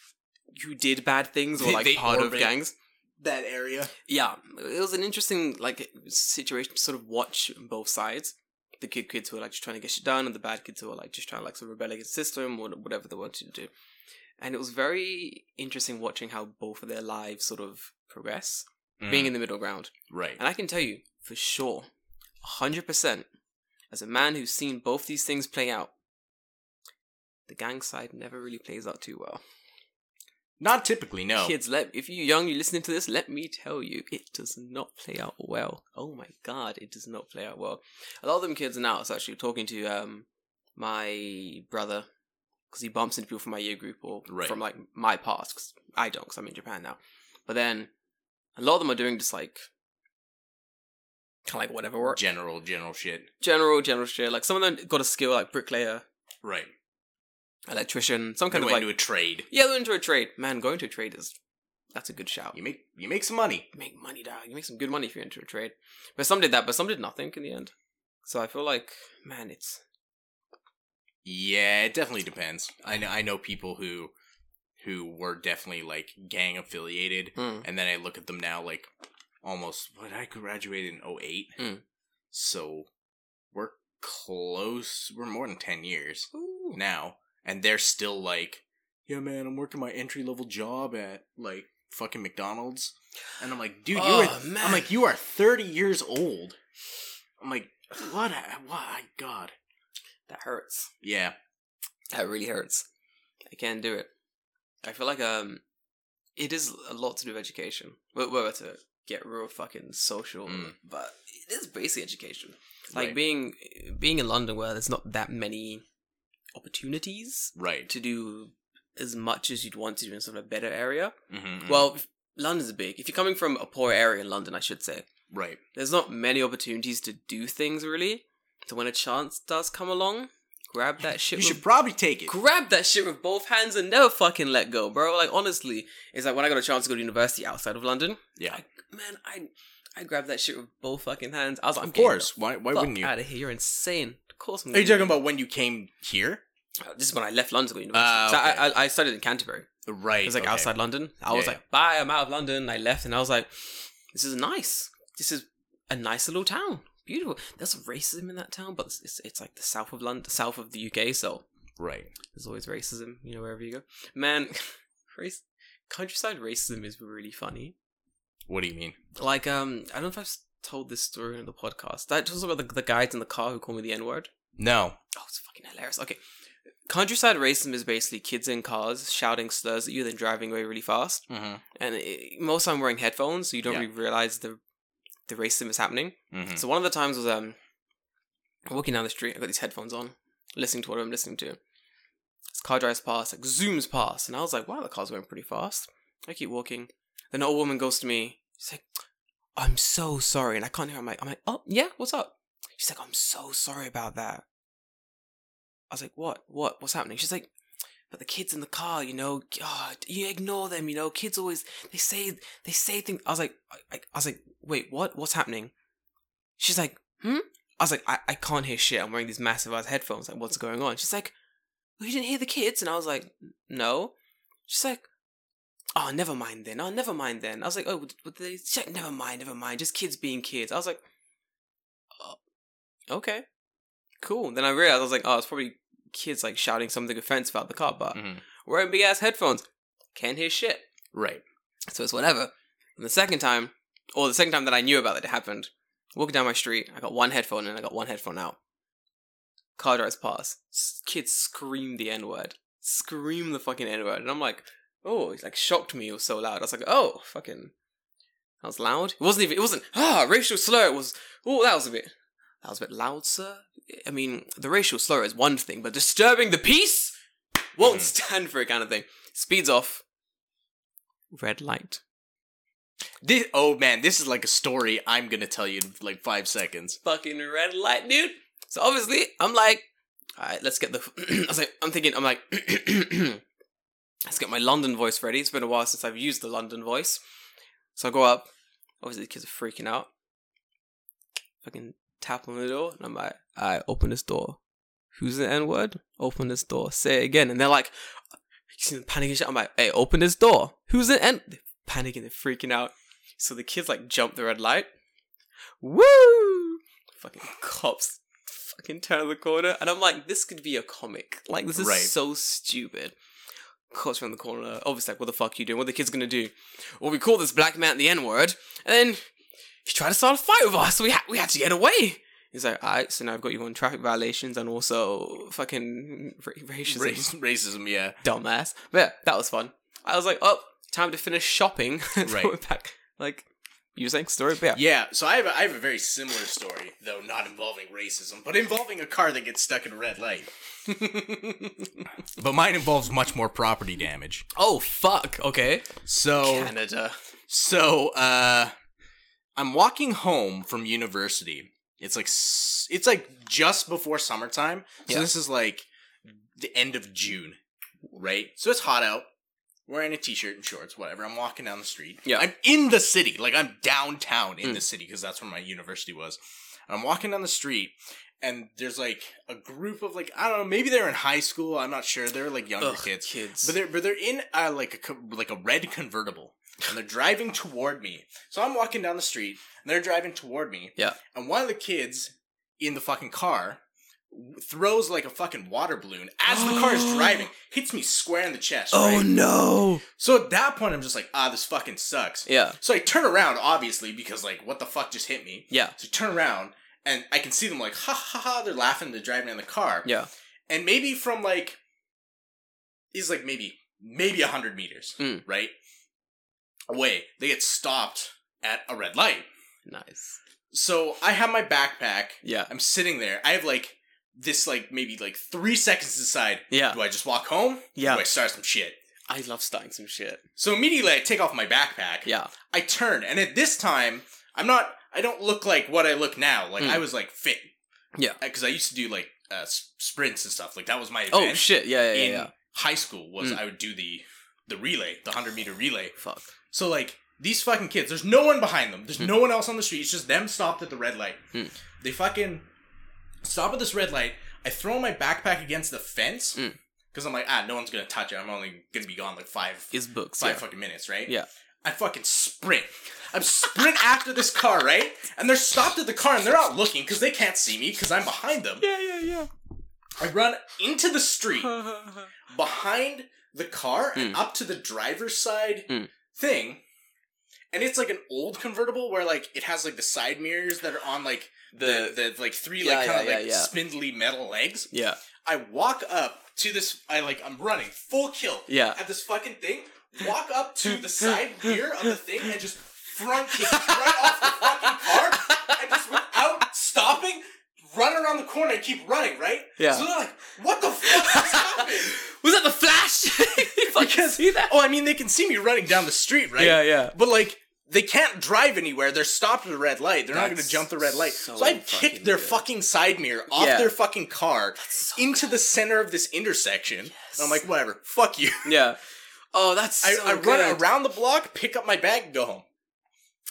who did bad things or They- like they part of orbit. gangs. That area. Yeah, it was an interesting like situation to sort of watch both sides. The good kids who are like just trying to get shit done, and the bad kids who are like just trying to like sort of rebel against the system or whatever they wanted to do. And it was very interesting watching how both of their lives sort of progress, being in the middle ground. Mm, right. And I can tell you for sure, hundred percent, as a man who's seen both these things play out, the gang side never really plays out too well. Not typically, no. Kids, let if you're young, you're listening to this. Let me tell you, it does not play out well. Oh my god, it does not play out well. A lot of them kids now. I was actually talking to um my brother because he bumps into people from my year group or Right. from like my past. Cause I don't, because I'm in Japan now. But then a lot of them are doing just like kind of like whatever work, General, general shit. general, general shit. Like some of them got a skill like bricklayer, Right. electrician, some kind They of went like into a trade. yeah, they're into a trade. Man, going to a trade is that's a good shout. You make you make some money. you make money, dog. You make some good money if you're into a trade. But some did that, but some did nothing in the end. So I feel like, man, it's Yeah, it definitely depends. I know I know people who who were definitely like gang affiliated mm, and then I look at them now like almost what I graduated in 08. Mm. So we're close we're more than 10 years Ooh. now and they're still like yeah man, I'm working my entry level job at like fucking McDonald's and I'm like dude, you Oh, are man. I'm like you are 30 years old. I'm like what a- why god. that hurts. Yeah. That really hurts. I can't do it. I feel like um, it is a lot to do with education. We're, we're about to get real fucking social, Mm. but it is basic education. Like right. being being in London, where there's not that many opportunities right. to do as much as you'd want to do in sort of a better area. Mhm. Well, if- London's big. If you're coming from a poor area in London, I should say, right. there's not many opportunities to do things really. So when a chance does come along, grab <laughs> that shit. You with- should probably take it. grab that shit with both hands and never fucking let go, bro. Like honestly, it's like when I got a chance to go to university outside of London, Yeah. man, I I grabbed that shit with both fucking hands. I was like, Of course. Why why wouldn't you? Out of here, you're insane. Of course. I'm Are you gonna- talking about when you came here? This is when I left London to go to university. Ah, So I- okay. I, I studied in Canterbury. Right. It was like outside London. I Yeah, was yeah. like, bye, I'm out of London. I left and I was like, this is nice. This is a nice little town. Beautiful. There's some racism in that town, but it's, it's, it's like the south of London, south of the UK, so Right. there's always racism, you know, wherever you go. Man, <laughs> race, countryside racism is really funny. What do you mean? Like, um, I don't know if I've s- told this story on the podcast. That talks about the, the guys in the car who call me the N word. No. Oh, it's fucking hilarious. Okay. countryside racism is basically kids in cars shouting slurs at you, then driving away really fast. Mm-hmm. And it, most of them wearing headphones, so you don't Yeah. really realize the the racism is happening. Mm-hmm. So one of the times was um walking down the street, I got these headphones on, listening to what I'm listening to. This car drives past, like zooms past, and I was like, wow, the car's going pretty fast. I keep walking. Then an old woman goes to me, she's like, I'm so sorry, and I can't hear her. I'm like, I'm like, oh yeah, what's up? She's like, I'm so sorry about that. I was like, what? What? What's happening? She's like, but the kids in the car, you know, God, you ignore them, you know. Kids always they say they say things. I was like, I, I was like, wait, what? What's happening? She's like, hmm? I was like, I, I can't hear shit. I'm wearing these massive ass headphones. Like, what's going on? She's like, well, you didn't hear the kids? And I was like, no. She's like, oh, never mind then. Oh, never mind then. I was like, oh, what what they? She's like, never mind, never mind. Just kids being kids. I was like, "Oh, okay, cool. Then I realized, I was like, oh, it's probably kids like shouting something offensive out the car, but Mhm. wearing big ass headphones. Can't hear shit. Right. So it's whatever. And the second time, or the second time that I knew about it, it happened. Walking down my street, I got one headphone in, I got one headphone out. Car drives past. S- Kids scream the N word. Scream the fucking N word. And I'm like, oh, it like shocked me. It was so loud. I was like, oh, fucking. That was loud. It wasn't even, it wasn't, ah, racial slur. It was, oh, that was a bit, that was a bit loud, sir. I mean, the racial slur is one thing, but disturbing the peace won't Mhm. stand for it kind of thing. Speeds off. Red light. This. Oh man, this is like a story I'm gonna tell you in like five seconds. fucking red light, dude. So obviously, I'm like, all right, let's get the. <clears throat> I was like, I'm thinking, I'm like, <clears throat> let's get my London voice ready. It's been a while since I've used the London voice. So I go up. Obviously, the kids are freaking out. Fucking tap on the door, and I'm like, all right, open this door. Who's the N word? Open this door. Say it again. And they're like, you see them panicking. shit. I'm like, hey, open this door. Who's the N? They're panicking. They're freaking out. So the kids like jump the red light. Woo! fucking cops fucking turn the corner and I'm like, this could be a comic. Like this is Right. so stupid. Cops around the corner, obviously like, what the fuck you doing? What the kid's gonna do? Well we call this black man the N-word, and then he tried to start a fight with us, so we ha- we had to get away. He's like, alright, so now I've got you on traffic violations and also fucking ra- racism Race, <laughs> racism. Yeah. <laughs> dumbass. But yeah, that was fun. I was like, oh, time to finish shopping. <laughs> so Right. we're back. Like, you were saying story? But yeah. Yeah, so I have, a, I have a very similar story, though not involving racism, but involving a car that gets stuck in a red light. But mine involves much more property damage. oh, fuck. Okay. So, Canada. so uh, I'm walking home from university. It's like s- it's like just before summertime. So Yeah. this is like the end of June, right? So it's hot out. Wearing a t-shirt and shorts, whatever. I'm walking down the street. Yeah. I'm in the city, like I'm downtown in Mm. the city because that's where my university was. And I'm walking down the street, and there's like a group of like I don't know, maybe they're in high school. I'm not sure. They're like younger Ugh, kids. kids. But they're but they're in uh, like a co- like a red convertible, and they're driving toward me. So I'm walking down the street, and they're driving toward me. Yeah. And one of the kids in the fucking car w- throws like a fucking water balloon as the <gasps> car is driving, hits me square in the chest. Oh, right? no. So at that point, I'm just like, ah, this fucking sucks. Yeah. So I turn around, obviously, because like, what the fuck just hit me? Yeah. So I turn around, and I can see them like, ha ha ha, they're laughing, they're driving in the car Yeah. and maybe from like is like maybe maybe 100 meters Mm. right away they get stopped at a red light Nice. so i have my backpack Yeah. i'm sitting there i have like this like maybe like three seconds to decide Yeah. do i just walk home Yeah. do i start some shit I love starting some shit. so immediately i take off my backpack Yeah. i turn and at this time i'm not i don't look like what i look now like Mm. i was like fit Yeah. because i used to do like uh, s- sprints and stuff like that was my Oh, event shit. Yeah, yeah, yeah. in yeah. high school was Mm. I would do the the relay, the hundred meter relay. Fuck. So like these fucking kids, there's no one behind them. There's Mm. no one else on the street. It's just them stopped at the red light. Mm. They fucking stop at this red light. I throw my backpack against the fence Mm. because I'm like, ah, no one's gonna touch it. I'm only gonna be gone like five Is books. five yeah. fucking minutes, right? Yeah. I fucking sprint. I'm sprint <laughs> after this car, right? And they're stopped at the car and they're not looking because they can't see me because I'm behind them. Yeah, yeah, I run into the street yeah. behind the car and Hmm. up to the driver's side Mm. thing. And it's like an old convertible where like it has like the side mirrors that are on like the the, like three Yeah, like yeah, kind of yeah, like yeah. <laughs> spindly metal legs. yeah. I walk up to this. I like I'm running full kill Yeah. at this fucking thing. Walk up to the side <laughs> rear of the thing and just front kick right off the fucking car and just without stopping. Run around the corner and keep running, right? Yeah. So they're like, "What the fuck just happened?" Was that the Flash? <laughs> you fucking see that? Oh, I mean, they can see me running down the street, right? Yeah, yeah. But like they can't drive anywhere. They're stopped at a red light. They're not going That's to jump the red light. so So, I fucking kicked their good. fucking side mirror off Yeah. their fucking car so into the center of this intersection. Yes. And I'm like, whatever, fuck you. Yeah. Oh, that's so I, I good. run around the block, pick up my bag, and go home.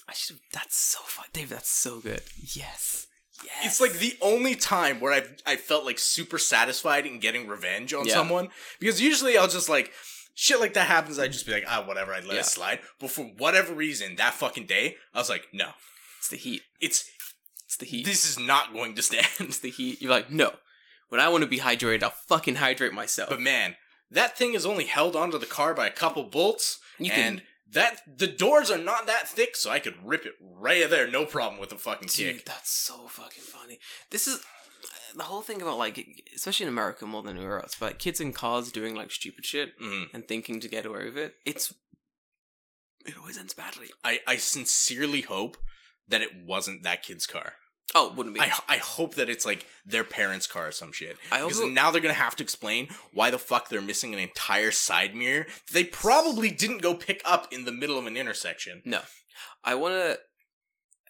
I should. That's so fun, Dave. That's so good. Yes. Yes. It's like the only time where I I felt like super satisfied in getting revenge on Yeah. someone because usually I'll just like shit like that happens. I just be like, ah, whatever, I let Yeah. it slide. But for whatever reason, that fucking day, I was like, no, it's the heat. it's It's the heat. this is not going to stand. <laughs> <laughs> it's the heat. You're like, no. When I want to be hydrated, I'll fucking hydrate myself. But man, that thing is only held onto the car by a couple bolts, you and that the doors are not that thick, so I could rip it right out there, no problem with a fucking Dude, kick. that's so fucking funny. This is the whole thing about like, especially in America more than anywhere else, but like, kids in cars doing like stupid shit Mm. and thinking to get away with it. It's it always ends badly. I I sincerely hope that it wasn't that kid's car. Oh, wouldn't be. I I hope that it's like their parents' car or some shit. I Because also- now they're gonna have to explain why the fuck they're missing an entire side mirror that they probably didn't go pick up in the middle of an intersection. I want to.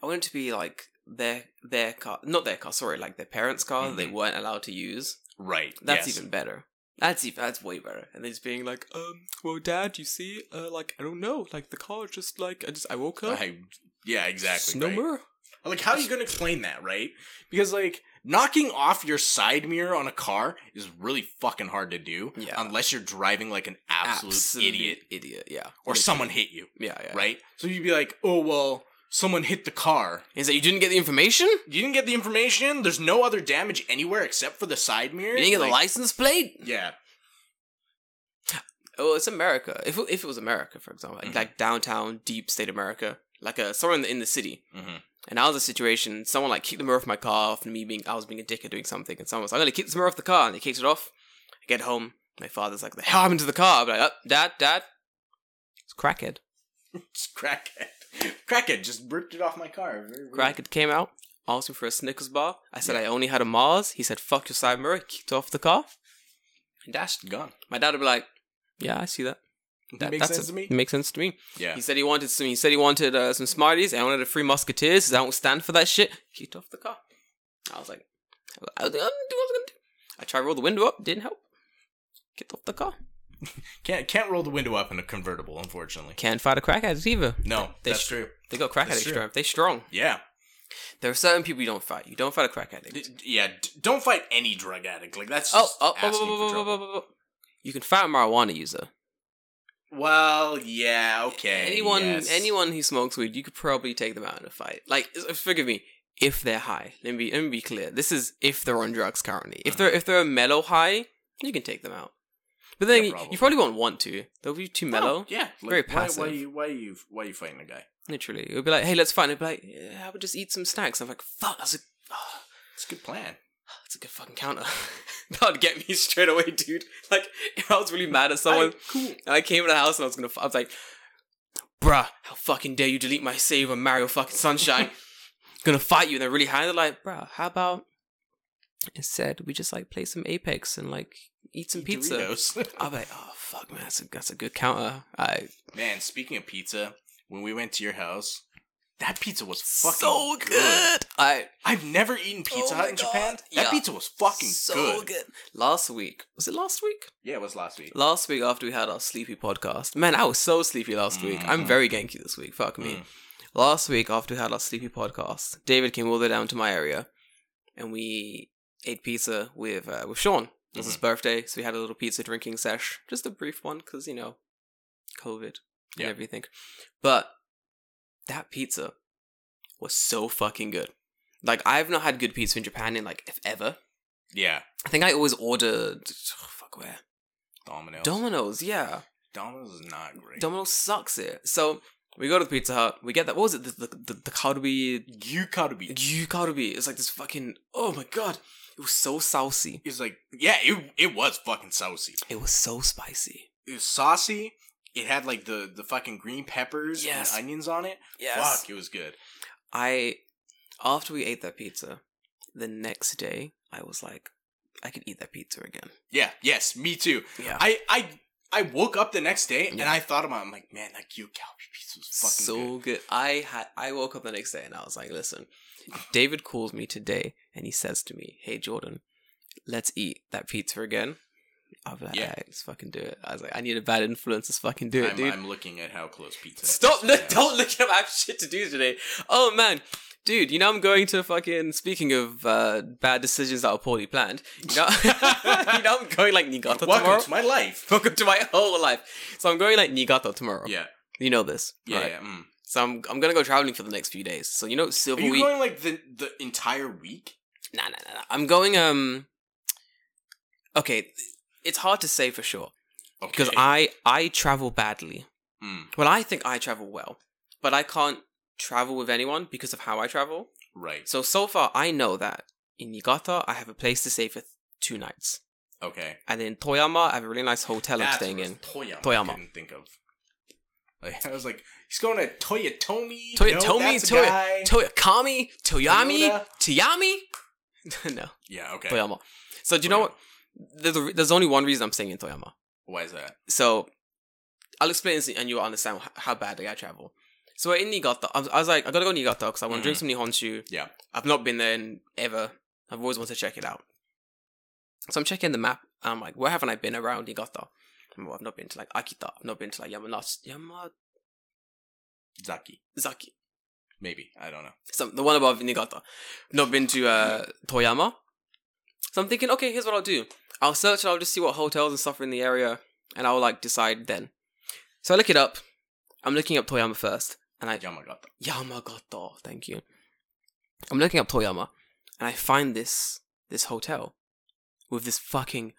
I want it to be like their their car, not their car. Sorry, like their parents' car. They Mhm. weren't allowed to use. Right. That's yes. even better. That's even that's way better. And then just being like, um, well, Dad, you see, uh, like I don't know, like the car just like I just I woke up. I, yeah, exactly. No right. more. Like, how are you going to explain that, right? Because, like, knocking off your side mirror on a car is really fucking hard to do. Yeah. Unless you're driving like an absolute, idiot idiot. Yeah. or Literally. someone hit you, Yeah, yeah. right? So you'd be like, oh, well, someone hit the car. Is that you didn't get the information? You didn't get the information. There's no other damage anywhere except for the side mirror. You didn't get the Like, license plate? Yeah. Oh, it's America. If it- if it was America, for example, like, Mhm. like downtown, deep state America, like uh, somewhere in the, in the city, <laughs> Mhm. and that was a situation. Someone like kicked the mirror off my car, off me being I was being a dick or doing something, and someone was I'm gonna kick the mirror off the car, and he kicks it off. I get home, my father's like, "The hell happened to the car?" I'm like, "Up, dad, dad." It's crackhead. It's crackhead. Crackhead just ripped it off my car. Very weird. Mm-hmm. Crackhead came out, asked me for a Snickers bar. I said I only had a Mars. He said, "Fuck your side mirror," kicked off the car, and dashed. Gone. My dad would be like, "Yeah, I see that. That makes that's sense a- to me. It makes sense to me." Yeah. He said he wanted some. He said he wanted uh, some Smarties. and I wanted a free Musketeers. 'cause I don't stand for that shit. Kicked off the car. I was like, I was, I was, I was gonna do. I tried to roll the window up. Didn't help. Kicked off the car. Can't can't roll the window up in a convertible, unfortunately. Can't fight a crackheads either. No, They that's sh- true. They got crack That's addicts. true. Drive. They strong. Yeah. There are certain people you don't fight. You don't fight a crack addict. D- yeah, d- don't fight any drug addict. Like that's oh, just oh, oh, oh, asking oh, for oh, trouble. oh, oh, oh. You can fight a marijuana user. Well, yeah, okay. anyone, yes. anyone who smokes weed, you could probably take them out in a fight. Like, s- uh, forgive me if they're high. Let me let me be clear. This is if they're on drugs currently. If they're if they're a mellow high, you can take them out. But then Yeah, you- probably. you probably won't want to. They'll be too No, mellow. Oh, yeah, Very passive. Why, why, you, why you why you fighting a guy? Literally, it'll be like, hey, let's fight. It'll be like, yeah, I would just eat some snacks. I'm like, fuck, that's a ah, It's a good plan. that's a good fucking counter. <laughs> That'd get me <laughs> straight away, dude. Like, if I was really mad at someone, Hey, cool. And I came to the house and I was gonna, I was like, bruh, how fucking dare you delete my save on Mario fucking Sunshine? <laughs> gonna fight you. And they're really high. They're like, bruh, how about instead we just like play some Apex and like eat some Eat pizza? <laughs> Doritos. I'm like, oh fuck, man, that's a, that's a good counter. I Man, speaking of pizza, when we went to your house, that pizza was fucking so good. I I've never eaten Pizza Oh my Hut in Japan. God. That Yeah. pizza was fucking so good. Last week was it last week? Yeah, it was last week. Last week after we had our sleepy podcast, man, I was so sleepy last week. I'm Mhm. very ganky this week. Fuck me. Mm. Last week after we had our sleepy podcast, David came all the way down to my area, and we ate pizza with uh, with Sean. It was Mm-hmm. his birthday, so we had a little pizza drinking sesh, just a brief one, because you know, COVID and Yeah. everything. But that pizza was so fucking good. Like I've not had good pizza in Japan in like if ever. Yeah, I think I always ordered oh, fuck where Domino's. Domino's, yeah. Domino's is not great. Domino's sucks it. So we go to the Pizza Hut. We get that. What was it? The the the, the karubi. you gotta be You karubi. It's like this fucking. Oh my god. It was so saucy. It's like, yeah, it it was fucking saucy. It was so spicy. It was saucy. It had like the the fucking green peppers Yes. and onions on it. Yes. Fuck, it was good. I after we ate that pizza, the next day I was like, I could eat that pizza again. Yeah, yes, me too. Yeah. I I I woke up the next day and Yeah. I thought about it. I'm like, man, that Gio Calvi pizza was fucking so good. good. I had I woke up the next day and I was like, listen, David calls me today and he says to me, Hey Jordan, let's eat that pizza again. I was like, Yeah. yeah, let's fucking do it. I was like, I need a bad influence, let's fucking do it, I'm, dude. I'm looking at how close pizza. Hut Stop! <laughs> No, is to my house. don't look at my shit to do today. Oh man, dude, you know I'm going to fucking. Speaking of uh, bad decisions that were poorly planned, you know, <laughs> you know I'm going like Niigata Welcome tomorrow. to my life. <laughs> Welcome to my whole life. So I'm going like Niigata tomorrow. Yeah, You know this. yeah, right? yeah. Mm. So I'm I'm gonna go traveling for the next few days. So you know Are Silver you Week. going like the the entire week? Nah, nah, nah, nah. I'm going. Um. Okay, it's hard to say for sure because I I travel badly. Mm, Well, I think I travel well, but I can't travel with anyone because of how I travel. right. So so far, I know that in Niigata I have a place to stay for th- two nights, Okay. and in Toyama I have a really nice hotel I'm That's staying what it in. was. Toyama. Toyama. I couldn't think of. Like, <laughs> I was like, he's going to Toyotomi. Toyotomi, no, that's a Toyo- guy. Toyakami, Toyami, Toyota. Tiyami. <laughs> no, yeah. Okay. Toyama. So do you know Toyama. what? There's, a re- there's only one reason I'm staying in Toyama. Why is that? So I'll explain this and you'll understand h- how badly I travel. So we're in Niigata. I was, I was like, I gotta go to Niigata because I want to drink some Nihonshu. Yeah. I've not been there in ever. I've always wanted to check it out. So I'm checking the map. And I'm like, where haven't I been around Niigata? I'm like, I've not been to like Akita. I've not been to like Yamanashi, Yamazaki, Zaki. Maybe. I don't know. some, the one above Niigata. Not been to uh, Toyama. So I'm thinking, okay, here's what I'll do. I'll search and I'll just see what hotels and stuff are in the area, and I'll like decide then. So I look it up. I'm looking up Toyama first, and I Yamagata. Yamagata. Thank you. I'm looking up Toyama, and I find this this hotel with this fucking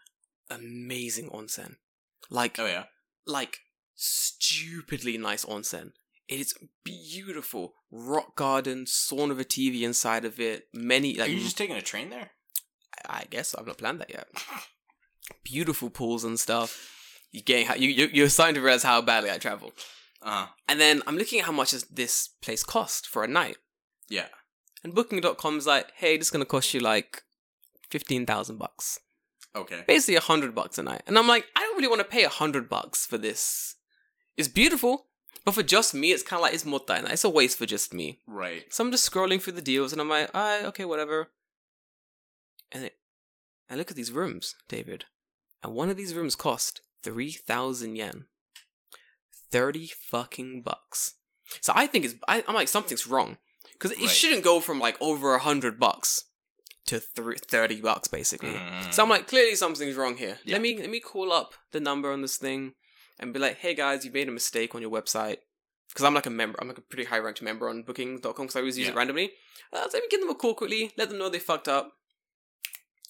amazing onsen, like Oh yeah. like stupidly nice onsen. It is beautiful. Rock garden, sauna with a TV inside of it. Many like Are you just taking a train there? I guess I've not planned that yet. Beautiful pools and stuff. You getting how, you you- you're starting to realize how badly I travel. Uh huh. And then I'm looking at how much is this place cost for a night. Yeah. And Booking.com's like, hey, this is gonna cost you like fifteen thousand bucks, Okay. basically a hundred bucks a night. And I'm like, I don't really want to pay a hundred bucks for this. It's beautiful, but for just me, it's kind of like it's motaina. It's a waste for just me. Right. So I'm just scrolling through the deals and I'm like, ah, okay, whatever. And it, I look at these rooms, David, and one of these rooms cost 3,000 yen. 30 fucking bucks. So I think it's, I, I'm like, something's wrong. Because it Right. shouldn't go from like over 100 bucks to thr 30 bucks, basically. Mm. So I'm like, clearly something's wrong here. Yeah. Let me let me call up the number on this thing and be like, hey guys, you made a mistake on your website. Because I'm like a member, I'm like a pretty high ranked member on booking.com because I always use it Yeah. randomly. Uh, so let me give them a call quickly, let them know they fucked up.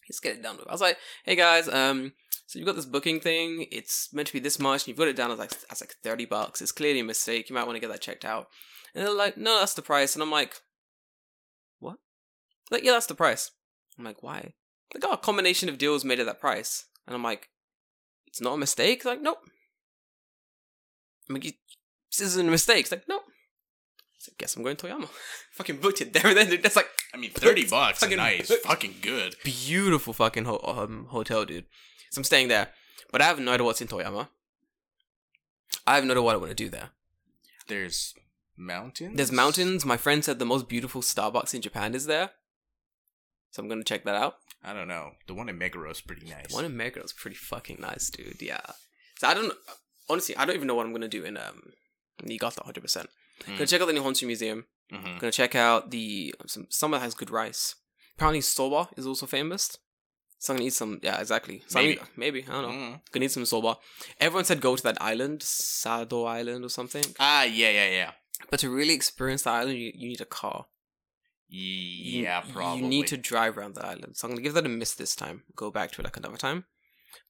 Let's get it done with. I was like, hey guys, um, so you've got this booking thing, it's meant to be this much, and you've got it down as like as like 30 bucks. It's clearly a mistake, you might want to get that checked out. And they're like, no, that's the price. And I'm like, what? Like, yeah, that's the price. I'm like, why? They got a combination of deals made at that price. And I'm like, it's not a mistake? Like, nope. I'm like, "You- this isn't a mistake. It's like, nope. So guess I'm going to Toyama. <laughs> Fucking booked it there and then. dude. That's like I mean, thirty bucks a Fucking- night <laughs> is fucking good. beautiful fucking ho- um, hotel, dude. So I'm staying there. But I have no idea what's in Toyama. I have no idea what I want to do there. There's mountains. There's mountains. My friend said the most beautiful Starbucks in Japan is there. So I'm going to check that out. I don't know. The one in Meguro is pretty nice. The one in America was pretty fucking nice, dude. Yeah. So I don't honestly, I don't even know what I'm gonna do in um Niigata 100. percent Gonna Mm. check out the Nihonshu Museum. Mhm. Gonna check out the some some that has good rice. Apparently, soba is also famous. So I'm gonna eat some. Yeah, exactly. So I'm Maybe. gonna- maybe I don't know. Mm. Gonna eat some soba. Everyone said go to that island, Sado Island or something. Ah, yeah, yeah, yeah. But to really experience the island, you, you need a car. You- Yeah, probably. You need to drive around the island. So I'm gonna give that a miss this time. Go back to it like another time.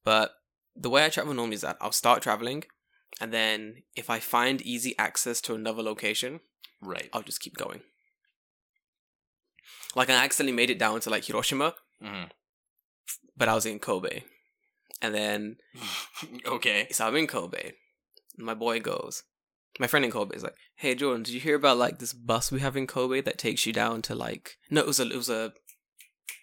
But the way I travel normally is that I'll start traveling, and then if I find easy access to another location, right. I'll just keep going. Like I accidentally made it down to like Hiroshima, Mhm. but I was in Kobe. And then Mm-hmm. <laughs> okay. so I'm in Kobe. My boy goes. My friend in Kobe is like, "Hey Jordan, did you hear about like this bus we have in Kobe that takes you down to like no, it was a it was a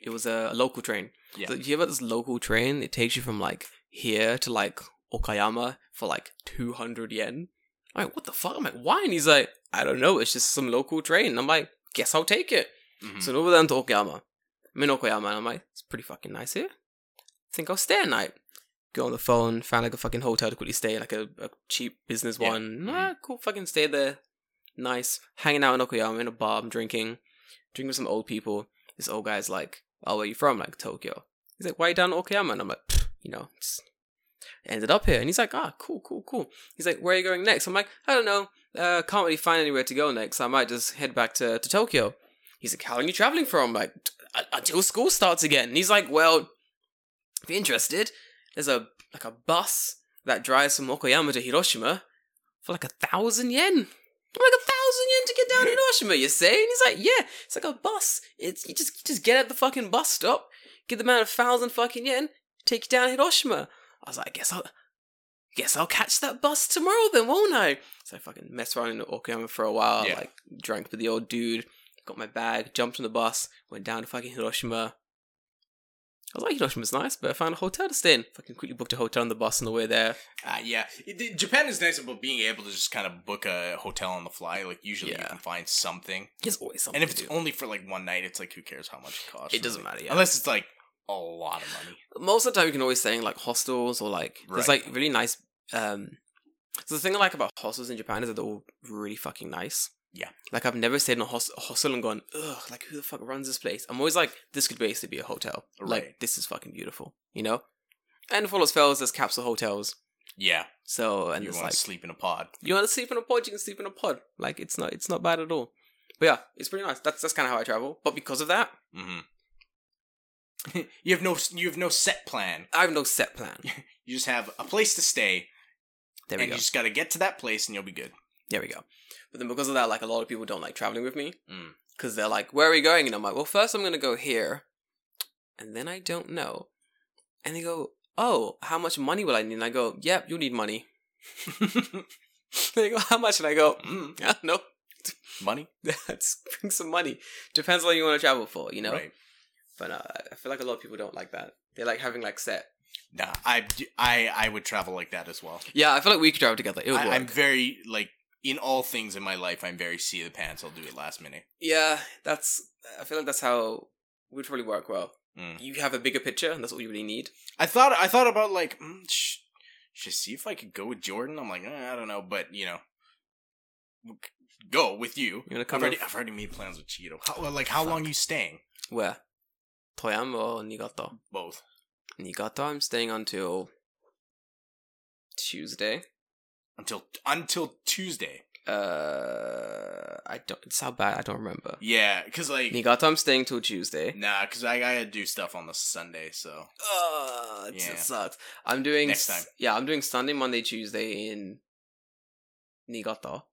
it was a local train. Yeah. So, did you hear about this local train? It takes you from like here to like Okayama for like 200 yen." I'm like, "What the fuck?" I'm like, "Why?" And he's like, "I don't know. It's just some local train." And I'm like, "Guess I'll take it." Mhm. So over there in Okayama. I'm in Okayama and I'm like, it's pretty fucking nice here. I think I'll stay at night. Go on the phone, found like a fucking hotel to quickly stay, like a, a cheap business Yeah. one. Nah, cool, fucking stay there. Nice. Hanging out in Okayama in a bar, I'm drinking, drinking with some old people. This old guy's like, Oh, where you from? Like Tokyo. He's like, Why you down in Okayama? And I'm like, "Pfft, you know, it's ended up here. And he's like, Ah, cool, cool, cool. He's like, Where are you going next? I'm like, I don't know. Uh, can't really find anywhere to go next. I might just head back to, to Tokyo. He's like, How long are you traveling from? Like, "T- uh, until school starts again. And he's like, Well, if you're interested, there's a like a bus that drives from Okayama to Hiroshima for like a thousand yen. I'm Like a thousand yen to get down to Hiroshima, you say? And he's like, Yeah, it's like a bus. It's you just you just get at the fucking bus stop, give the man a thousand fucking yen, take you down to Hiroshima. I was like, I guess I'll guess I'll catch that bus tomorrow then, won't I? So I fucking messed around in Okayama for a while, Yeah. like drank with the old dude, got my bag, jumped on the bus, went down to fucking Hiroshima. I was like, Hiroshima's nice, but I found a hotel to stay in. Fucking quickly booked a hotel on the bus on the way there. Uh, yeah, It- it- Japan is nice about being able to just kind of book a hotel on the fly. Like usually you Yeah. can find something, There's always something. and if it's to do. only for like one night, it's like who cares how much it costs? It doesn't really. matter, yeah. unless it's like a lot of money. most of the time you can always stay in like hostels or like there's Right. like really nice um so the thing I like about hostels in Japan is that they're all really fucking nice. Yeah. Like I've never stayed in a host- hostel and gone, ugh, like who the fuck runs this place? I'm always like, this could basically be a hotel. Like Right. this is fucking beautiful, you know? And for Los Fellas, there's capsule hotels. Yeah, So and you it's want like to sleep in a pod. you want to sleep in a pod, you can sleep in a pod. Like it's not it's not bad at all. But yeah, it's pretty nice. That's that's kind of how I travel. But because of that, Mm-hmm. <laughs> you have no you have no set plan. I have no set <laughs> plan. You just have a place to stay, There we and go. you just got to get to that place, and you'll be good. There we go. But then because of that, like a lot of people don't like traveling with me Mm. because they're like, "Where are we going?" And I'm like, "Well, first I'm gonna go here, and then I don't know." And they go, "Oh, how much money will I need?" And I go, "Yep, you'll need money." <laughs> they go, "How much?" And I go, Mm. "I don't know. <laughs> Money, Let's bring some money. Depends on what you want to travel for, you know." right? But uh, I feel like a lot of people don't like that. They like having like set. Nah, I I I would travel like that as well. Yeah, I feel like we could travel together. It would work. I, am very like in all things in my life. I'm very see the pants. I'll do it last minute. Yeah, that's. I feel like that's how we'd probably work well. Mm. You have a bigger picture, and that's all you really need. I thought I thought about like mm, sh- should see if I could go with Jordan. I'm like eh, I don't know, but you know, w- go with you. You wanna I've come already over? I've already made plans with Cheeto. How, like how long you staying? Where? Toyama or Niigata? Both. Niigata, I'm staying until Tuesday. Until until Tuesday. Uh, I don't. It's how bad I don't remember. Yeah, cause like Niigata, I'm staying till Tuesday. nah, cause I gotta do stuff on the Sunday. So Uh, it Yeah. sucks. I'm doing Next s- time. Yeah, I'm doing Sunday, Monday, Tuesday in Niigata.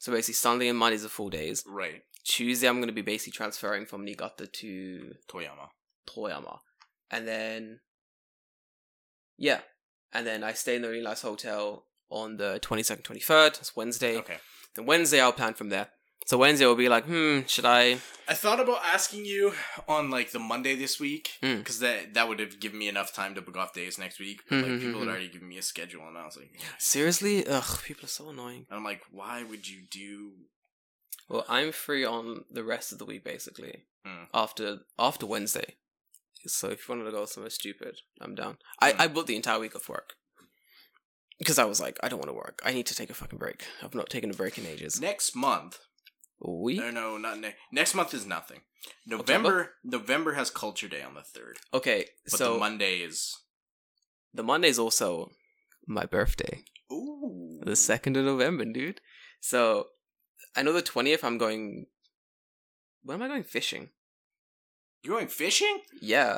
So basically, Sunday and Mondays are full days. right, Tuesday, I'm gonna be basically transferring from Niigata to Toyama. Toyama. And then Yeah. And then I stay in the really nice hotel on the twenty second, twenty third. It's Wednesday. Okay. Then Wednesday I'll plan from there. So Wednesday will be like, hmm, should I I thought about asking you on like the Monday this week Mm. because that that would have given me enough time to book off days next week. But, like Mhm, people had mhm. already given me a schedule, and I was like, and Seriously? Ugh, people are so annoying. I'm like, why would you do? Well, I'm free on the rest of the week basically. Hmm. After after Wednesday. So if you wanted to go somewhere stupid, I'm down. I, Hmm. I booked the entire week off work. Because I was like, I don't want to work. I need to take a fucking break. I've not taken a break in ages. Next month? We No, no, not next. Next month is nothing. November. November has Culture Day on the third, okay. but so the Monday is. The Monday's also my birthday, Ooh. the 2nd of November, dude. So I know the 20th I'm going. When am I going fishing? You're going fishing? Yeah,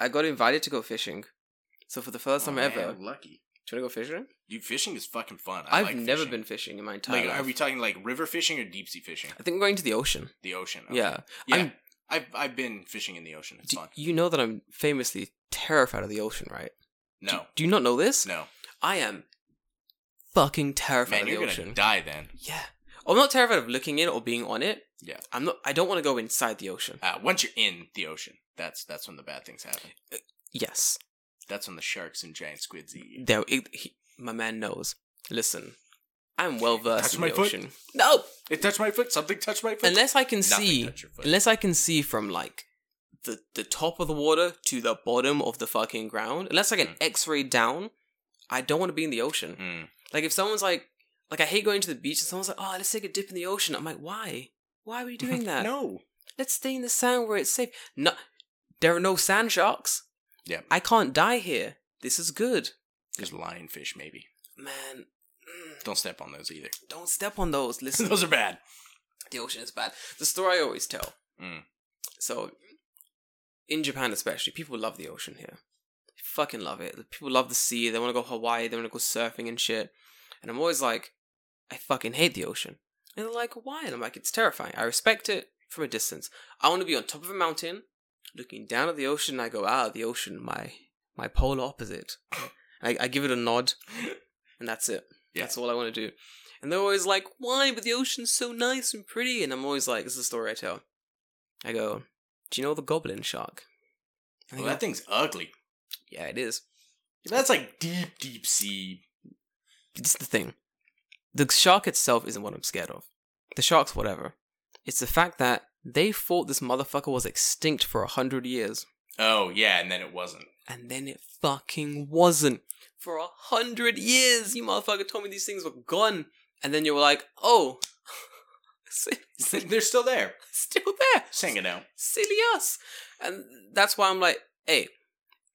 I got invited to go fishing. So for the first time Oh, ever, do you man, want Lucky. to go fishing? Dude, fishing is fucking fun. I I've like never fishing. been fishing in my entire Like, are life. we talking like river fishing or deep sea fishing? I think I'm going to the ocean. The ocean. Yeah. Yeah. I'm- i I've I've been fishing in the ocean. It's Do fun. you know that I'm famously terrified of the ocean, right? No, Do, do you not know this? no, I am fucking terrified man, of you're the gonna ocean. die then. Yeah. I'm not terrified of looking in or being on it. Yeah. I'm not I don't want to go inside the ocean. Uh, once you're in the ocean, that's that's when the bad things happen. Yes. That's when the sharks and giant squids eat you. There it, he, my man knows. Listen. I'm well versed Touch in my the foot. ocean. No. It touched my foot. Something touched my foot. Unless I can Nothing see touched your foot. unless I can see from like the the top of the water to the bottom of the fucking ground, unless I can Mm. x-ray down, I don't want to be in the ocean. Mm. Like if someone's like like I hate going to the beach and someone's like, "Oh, let's take a dip in the ocean." I'm like, "Why? Why <laughs> are we doing that?" no. Let's stay in the sand where it's safe. No, there are no sand sharks. Yeah. I can't die here. This is good, There's lionfish, maybe. man. mm, Don't step on those either. <laughs> Don't step on those. Listen, those are bad. the ocean is bad. The story I always tell. Mm. So, in Japan especially, people love the ocean here. Fucking love it. People love the sea. They want to go Hawaii. They want to go surfing and shit. And I'm always like, I fucking hate the ocean. And they're like, why? And I'm like, it's terrifying. I respect it from a distance. I want to be on top of a mountain, looking down at the ocean. And I go, ah, the ocean, my my polar opposite. <laughs> I, I give it a nod, and that's it. Yeah. That's all I want to do. And they're always like, why? But the ocean's so nice and pretty. And I'm always like, this is the story I tell. I go, do you know the goblin shark? And they Well, go, that thing's ugly. yeah, it is. That's like deep, deep sea. It's the thing. The shark itself isn't what I'm scared of. The shark's whatever. It's the fact that they thought this motherfucker was extinct for a hundred years, Oh yeah, and then it wasn't. <laughs> and then it fucking wasn't. For a hundred years, you motherfucker told me these things were gone, and then you were like, "Oh, <laughs> it's They're still there, still there." just hanging out. silly us. And that's why I'm like, hey,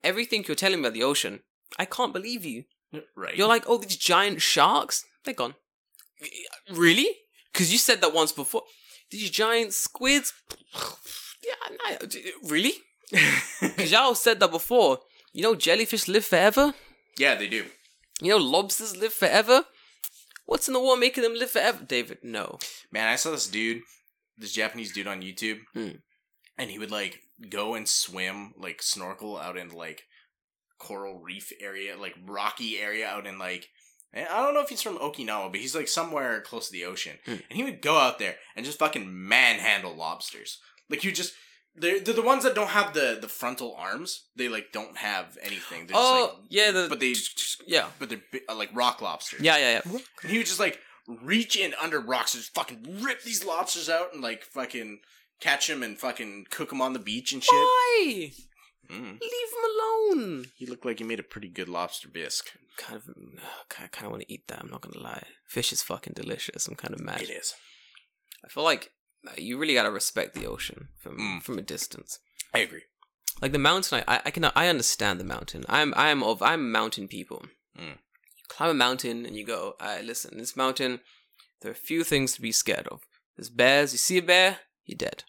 everything you're telling me about the ocean, I can't believe you. Right. You're like, oh, these giant sharks, they're gone. Really? Because you said that once before. These giant squids, yeah, I know. <laughs> really? Because y'all said that before. You know, jellyfish live forever. yeah, they do. You know, lobsters live forever. What's in the war making them live forever, David? No. Man, I saw this dude, this Japanese dude on YouTube, Mm. and he would like go and swim, like snorkel out in like coral reef area, like rocky area out in like. eh, I don't know if he's from Okinawa, but he's like somewhere close to the ocean. Mm. And he would go out there and just fucking manhandle lobsters. Like you just they're, they're the ones that don't have the the frontal arms. They like don't have anything. They're Oh, just like yeah, the, but they yeah, but they're bi- uh, like rock lobsters. yeah, yeah, yeah. And he would just like reach in under rocks and just fucking rip these lobsters out and like fucking catch them and fucking cook them on the beach and shit. Why? Mm. Leave them alone. He looked like he made a pretty good lobster bisque. kind of <sighs> I kind of want to eat that. I'm not gonna lie. Fish is fucking delicious. I'm kind of mad. It is. I feel like uh, you really gotta respect the ocean from Mm. from a distance. I agree. Like the mountain, I I, I can I understand the mountain. I'm I'm of I'm mountain people. Mm. You climb a mountain and you go. All right, listen, this mountain. There are a few things to be scared of. There's bears. You see a bear, you're dead.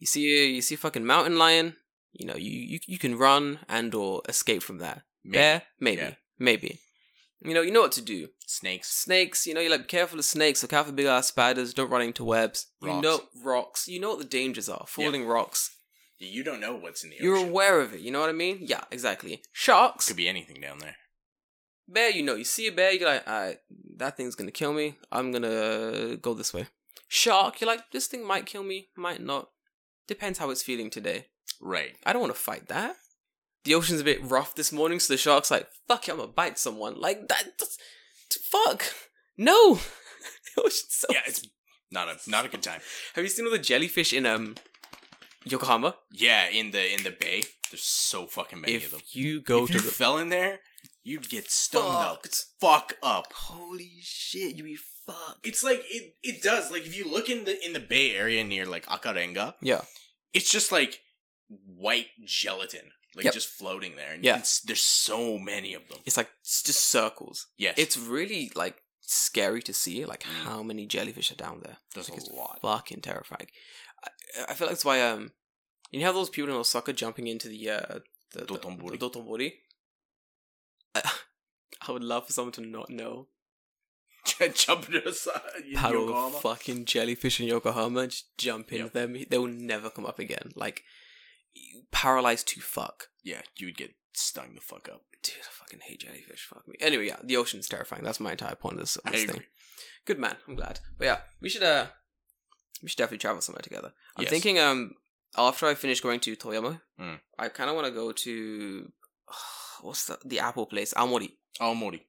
You see a, you see a fucking mountain lion. You know you, you you can run and or escape from that. Maybe. Bear, maybe, Yeah. maybe. You know you know what to do. Snakes. Snakes, you know, you're like, be careful of snakes, look out for big ass spiders, don't run into webs. You Rocks. know, rocks. You know what the dangers are falling rocks. You don't know what's in the You're ocean. aware of it, you know what I mean? Yeah, exactly. Sharks, Could be anything down there. bear, you know, you see a bear, you're like, alright, that thing's gonna kill me, I'm gonna go this way. Shark, you're like, this thing might kill me, might not. Depends how it's feeling today. Right. I don't wanna fight that. The ocean's a bit rough this morning, so the shark's like, fuck it, I'm gonna bite someone. Like, that, that's, fuck. No! <laughs> the ocean's so Yeah, it's not a not a good time. Have you seen all the jellyfish in um Yokohama? Yeah, in the in the bay, there's so fucking many of them. If you go if to you <laughs> the fell in there, you'd get stoned up. Fucked. Fuck up. holy shit, you be fucked. It's like it it does. Like if you look in the in the Bay Area near like Akarenga, Yeah, it's just like white gelatin, like Yep. just floating there. And Yeah. it's, there's so many of them. it's like it's just circles. Yes, It's really like scary to see like Mm. how many jellyfish are down there. there's like, it's a lot. Fucking terrifying. I, I feel like that's why um you know how those people in Osaka jumping into the uh the the- <laughs> the Dotonbori. Dotonbori? I, I would love for someone to not know. <laughs> Jump to the side. in paddle Yokohama. fucking jellyfish in Yokohama, just jump into Yep. them. They will never come up again. Like you- paralyzed to fuck. yeah, you would get stung the fuck up. Dude, I fucking hate jellyfish. Fuck me. Anyway, yeah, the ocean's terrifying. That's my entire point of this, I this agree. thing. Good man. I'm glad. But yeah, we should uh, we should definitely travel somewhere together. I'm Yes. thinking um, after I finish going to Toyama, Mm. I kind of want to go to <sighs> what's the the apple place? Aomori. Aomori.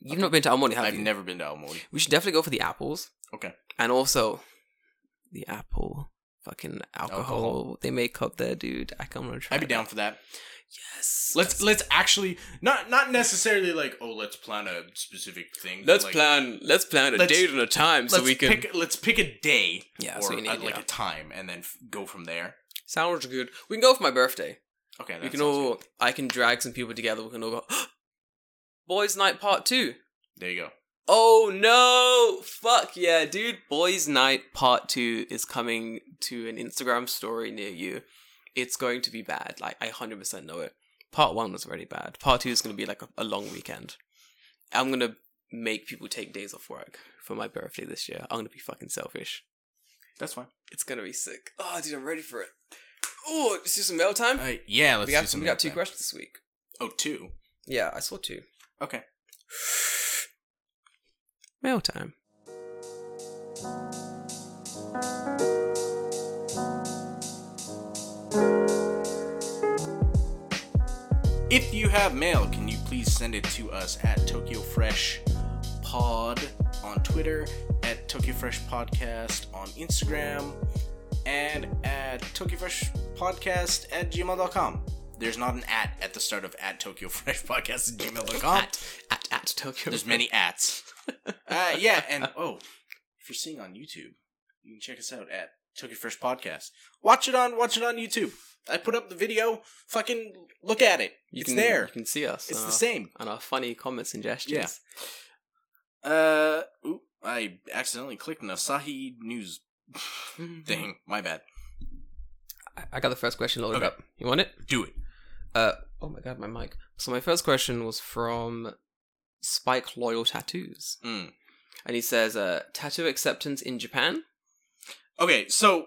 You've not been to Aomori, have I've you? never been to Aomori. We should definitely go for the apples. Okay. And also, the apple fucking alcohol, Alcohol. they make up there, dude. I come to try. I'd be that. down for that. Yes. Let's let's actually not not necessarily like oh let's plan a specific thing. but, let's like, plan. Let's plan a let's- date and a time so let's we can. pick, let's pick a day yeah. or So you need uh, like yeah. a time and then f- go from there. sounds good. We can go for my birthday. Okay, that we can sounds all. good. I can drag some people together. We can all go. <gasps> Boys' night part two. There you go. Oh no! Fuck yeah, dude. Boys Night Part 2 is coming to an Instagram story near you. It's going to be bad. Like, I 100% know it. Part 1 was already bad. Part 2 is going to be like a, a long weekend. I'm going to make people take days off work for my birthday this year. I'm going to be fucking selfish. That's fine. It's going to be sick. Oh, dude, I'm ready for it. Oh, let's do some mail time. Uh, yeah, let's we do got, some we got two mailbag. questions this week. Oh, two. Yeah, I saw two. Okay. <sighs> Mail time. If you have mail, can you please send it to us at Tokyo Fresh Pod on Twitter, at Tokyo Fresh Podcast on Instagram, and at Tokyo Fresh Podcast at gmail.com. There's not an at at the start of at Tokyo Fresh Podcast at gmail.com. At, at, at Tokyo. There's many ats. Uh, yeah, and oh, if you're seeing on YouTube, you can check us out at Tokyo Fresh Podcast. Watch it on watch it on YouTube. I put up the video. Fucking look at it. You it's can, there. You can see us. It's on our- the same. On our funny comments and gestures. Uh, oop, I accidentally clicked an Asahi <laughs> news thing. My bad. I, I got the first question loaded Okay. up. You want it? Do it. Uh, oh my god, my mic. So my first question was from Spike Loyal Tattoos, Mm. and he says, uh, "Tattoo acceptance in Japan." Okay, so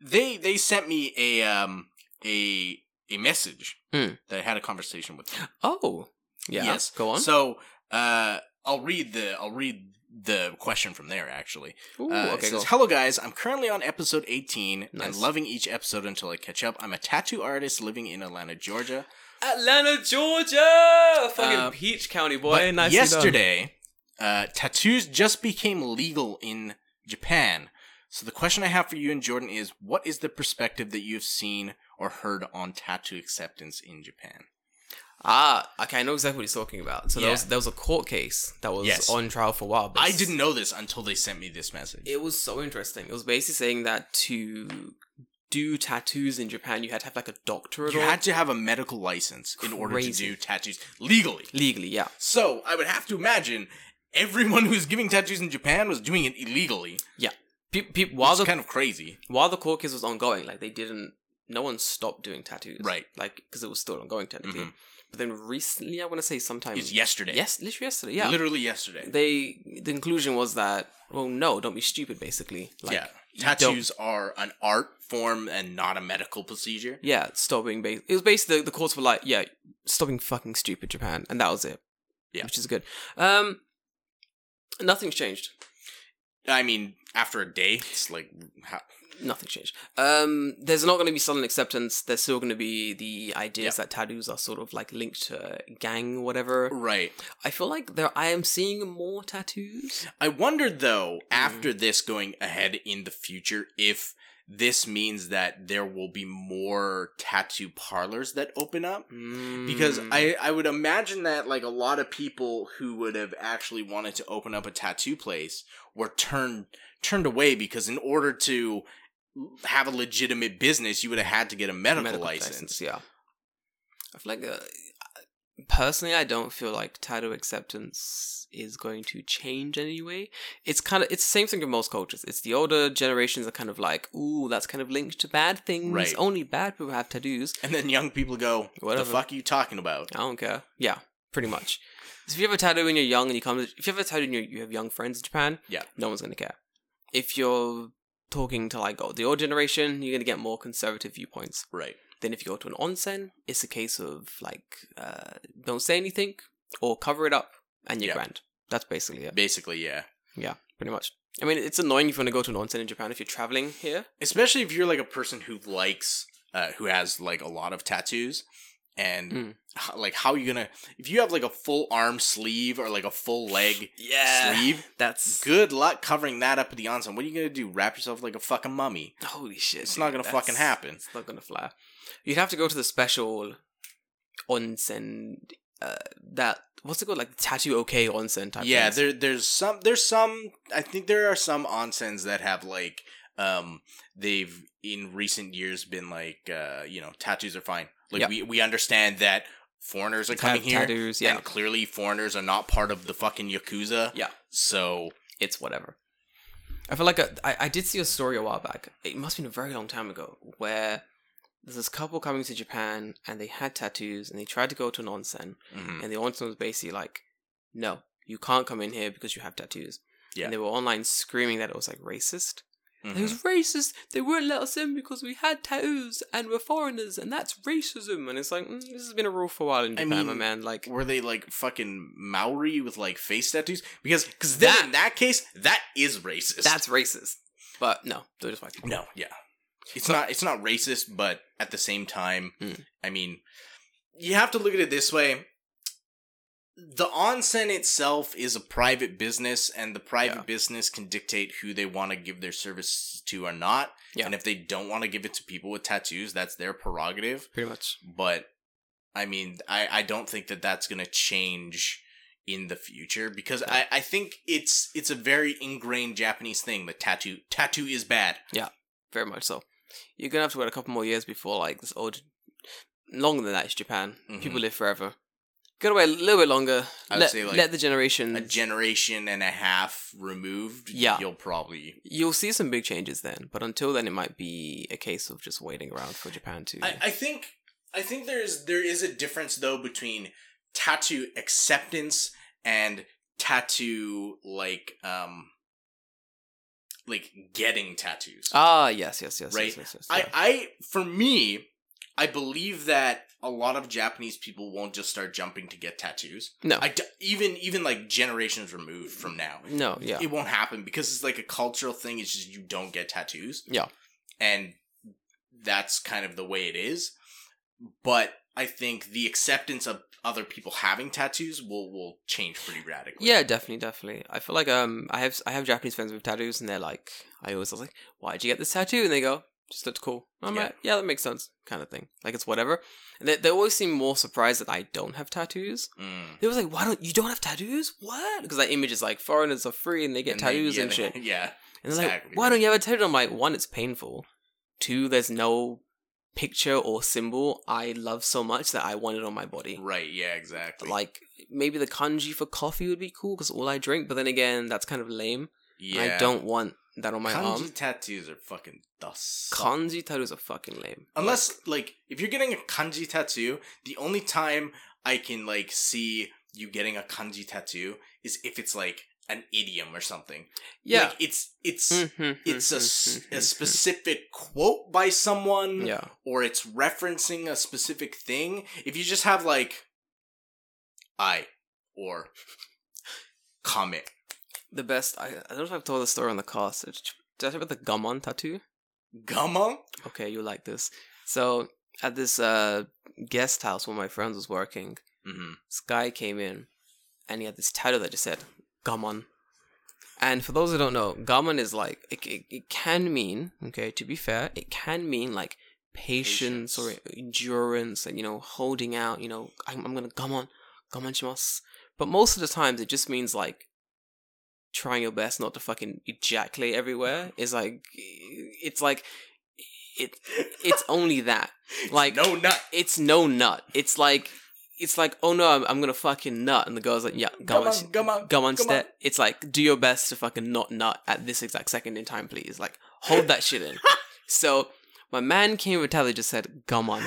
they they sent me a um a a message Mm. that I had a conversation with. them. Oh, yeah. Yes. Go on. So uh, I'll read the I'll read the question from there actually. Ooh, Uh, it okay, go. says, Hello, guys. I'm currently on episode 18 and Nice. loving each episode until I catch up. I'm a tattoo artist living in Atlanta, Georgia. Atlanta, Georgia, fucking Uh, Peach County boy. But Nicely yesterday, uh, tattoos just became legal in Japan. So the question I have for you and Jordan is, what is the perspective that you've seen or heard on tattoo acceptance in Japan? done. Ah, okay. I know exactly what he's talking about. So Yeah. there was there was a court case that was Yes. on trial for a while. But I didn't know this until they sent me this message. It was so interesting. It was basically saying that to do tattoos in Japan, you had to have like a doctorate You or had to have a medical license in order to Crazy. do tattoos legally. legally, yeah. So I would have to imagine everyone who's giving tattoos in Japan was doing it illegally. Pe- pe- while Which the is kind of crazy. while the court case was ongoing, like they didn't, no one stopped doing tattoos, Right. Like because it was still ongoing technically. Mhm. But then recently, I want to say sometime It's yesterday. yes, literally yesterday, yeah. Literally yesterday. They the conclusion was that well, no, don't be stupid, basically. Like, yeah. you don't- Tattoos are an art form and not a medical procedure. Yeah, stop being bas- It was basically the, the courts were like, yeah, stop being fucking stupid, Japan, and that was it. Yeah. which is good. Um, nothing's changed. I mean, after a day, it's like how, Nothing's changed. Um, there's not going to be sudden acceptance. There's still going to be the ideas that tattoos are sort of like linked to gang, whatever. right. I feel like there. I am seeing more tattoos. I wondered though, after this going ahead in the future, if this means that there will be more tattoo parlors that open up. because Mm. I, I would imagine that like a lot of people who would have actually wanted to open up a tattoo place were turned turned away because in order to have a legitimate business you would have had to get a medical, license. yeah. I feel like uh, personally, I don't feel like tattoo acceptance is going to change anyway. It's kind of it's the same thing in most cultures. It's the older generations are kind of like, ooh, that's kind of linked to bad things. Right. Only bad people have tattoos. And then young people go, "What the Whatever. fuck are you talking about?" I don't care. Yeah, pretty much. So if you have a tattoo when you're young and you come, to, if you have a tattoo and you, you have young friends in Japan, Yeah. no one's gonna care. If you're talking to like the old generation, you're gonna get more conservative viewpoints. Right. Then if you go to an onsen, it's a case of like uh, don't say anything or cover it up and you're Yeah. grand. That's basically it. Basically, yeah. Yeah, pretty much. I mean, it's annoying if you want to go to an onsen in Japan if you're traveling here. especially if you're like a person who likes uh who has like a lot of tattoos and Mm. h- like how are you gonna if you have like a full arm sleeve or like a full <sighs> leg sleeve that's good luck covering that up at the onset what are you gonna do wrap yourself like a fucking mummy holy shit. It's not gonna that's- fucking happen. It's not gonna fly. You'd have to go to the special onsen. Uh, that what's it called? Like tattoo okay onsen type. yeah things. there there's some there's some i think there are some onsens that have like um they've in recent years been like uh you know tattoos are fine like Yep. we we understand that foreigners are Have coming here Tattoos. Yeah, And clearly, foreigners are not part of the fucking Yakuza. Yeah. So, it's whatever. I feel like a, I, I did see a story a while back. It must have been a very long time ago where there's this couple coming to Japan and they had tattoos and they tried to go to an onsen mm-hmm, Hmm. and the onsen was basically like, no, you can't come in here because you have tattoos. Yeah. And they were online screaming that it was like racist. mhm. It was racist. They wouldn't let us in because we had tattoos and we're foreigners and that's racism. And it's like, mm, this has been a rule for a while in I Japan, my mean, man. Like, were they like fucking Maori with like face tattoos? Because, because then That- in that case, that is racist. that's racist. But no, they're just white people. no, yeah. It's not. It's not racist, but at the same time, Mm. I mean, you have to look at it this way. The onsen itself is a private business, and the private Yeah. business can dictate who they want to give their service to or not. Yeah. And if they don't want to give it to people with tattoos, that's their prerogative. Pretty much. but I mean, I, I don't think that that's going to change in the future because I, I think it's it's a very ingrained Japanese thing. The tattoo tattoo is bad. very much so. You're gonna have to wait a couple more years before like this old. Longer than that, it's Japan. Mhm. People live forever. Gotta wait a little bit longer. I'd let, say, like, let the generation. A generation and a half removed, Yeah. you'll probably. You'll see some big changes then, but until then, it might be a case of just waiting around for Japan to. I, I think I think there's there is a difference though between tattoo acceptance and tattoo like um like getting tattoos. ah, yes, yes, yes, Right. yes, yes, yes, I, yeah. I for me, I believe that a lot of Japanese people won't just start jumping to get tattoos. no, I d- even even like generations removed from now, no, yeah, it won't happen because it's like a cultural thing. It's just you don't get tattoos. Yeah. and that's kind of the way it is. But I think the acceptance of other people having tattoos will will change pretty radically. yeah, definitely, definitely. I feel like um, I have I have Japanese friends with tattoos, and they're like, I always was like, why'd you get this tattoo? And they go, just looked cool. And I'm Yeah. like, yeah, that makes sense, kind of thing. Like it's whatever. And they they always seem more surprised that I don't have tattoos. Mm. They was like, "Why don't you don't have tattoos? What?" Because that image is like foreigners are free and they get And they- tattoos yeah, and they- shit. <laughs> Yeah, and they're like, exactly. "Why don't you have a tattoo?" I'm like, one, it's painful. Two, there's no picture or symbol I love so much that I want it on my body. right. Yeah, exactly. Like maybe the kanji for coffee would be cool because all I drink. But then again, that's kind of lame. yeah, I don't want that on my kanji arm. tattoos are fucking the suck. Kanji tattoos are fucking lame. Unless like if you're getting a kanji tattoo, the only time I can like see you getting a kanji tattoo is if it's like an idiom or something. <laughs> yeah, Like, it's it's Mhm, it's a, mhm, s- mhm, a mhm. specific quote by someone yeah. or it's referencing a specific thing. If you just have like I or comment. The best. I, I don't know if I've told the story on the cast. Did I tell you about the gammon tattoo? Gumma? okay, you like this. So at this uh guest house where my friends was working, Mm-hmm. this guy came in and he had this title that just said Gammon. And for those who don't know, Gammon is like it, it, it can mean, okay, to be fair, it can mean like patience, or Patience. endurance and you know, holding out, you know, I'm, I'm gonna gammon, gammon shimasu. But most of the times it just means like trying your best not to fucking ejaculate everywhere. It's like it's like it it's only <laughs> that. Like <laughs> no nut. it's no nut. It's like it's like oh no, I'm, I'm gonna fucking nut, and the girl's like yeah, go on, Gumma, gumma, go on, gumma. step. It's like do your best to fucking not nut at this exact second in time, please. Like hold that shit in. so my man came with Tyler just said gum on,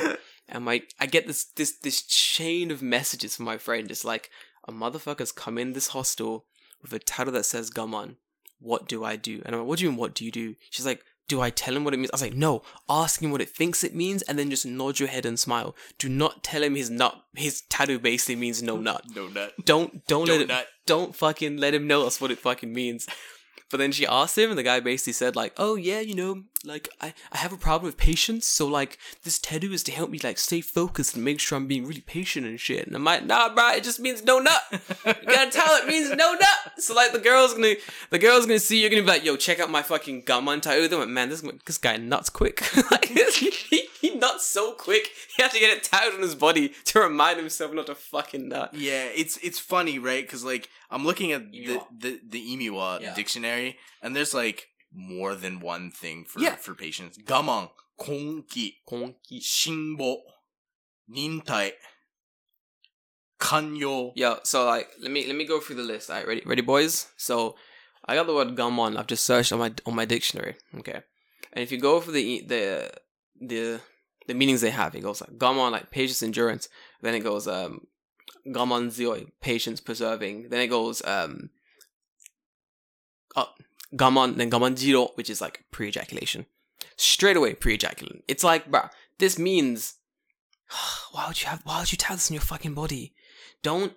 and my I get this this this chain of messages from my friend. It's like a motherfucker's come in this hostel with a title that says "Gum on." What do I do? And I'm like, "What do you mean? What do you do?" She's like, "Do I tell him what it means?" I was like, "No, ask him what it thinks it means, and then just nod your head and smile. Do not tell him his nut. His tattoo basically means no nut. <laughs> No nut. Don't don't let Don't it nut. don't fucking let him know that's what it fucking means." <laughs> But then she asked him, and the guy basically said, like, oh yeah, you know, like, I, I have a problem with patience, so, like, this tattoo is to help me, like, stay focused and make sure I'm being really patient and shit. And I'm like, nah, bro, it just means no nut. You gotta tell it means no nut. <laughs> So, like, the girl's gonna, the girl's gonna see you're gonna be like, yo, check out my fucking gum on tattoo. They're like, man, this, this guy nuts quick. <laughs> like, he, he nuts so quick, he has to get it tattooed on his body to remind himself not to fucking nut. Yeah, it's it's funny, right? Because like I'm looking at the Emiwa. the the Emiwa Yeah. dictionary, and there's like more than one thing for Yeah. for patients. Gamon, konki, shinbo, nintai, kanyo. Yo, so like, let me let me go through the list. All right, ready, ready, boys. So, I got the word gum on. I've just searched on my on my dictionary. Okay, and if you go for the e- the the the meanings they have, it goes like gum on, like patience, endurance. Then it goes um gum on zioi, patience, preserving. Then it goes um up gum on, then gum on jiro, which is like pre ejaculation, straight away pre ejaculation. It's like, bruh, this means. <sighs> Why would you have? Why would you tell this in your fucking body? Don't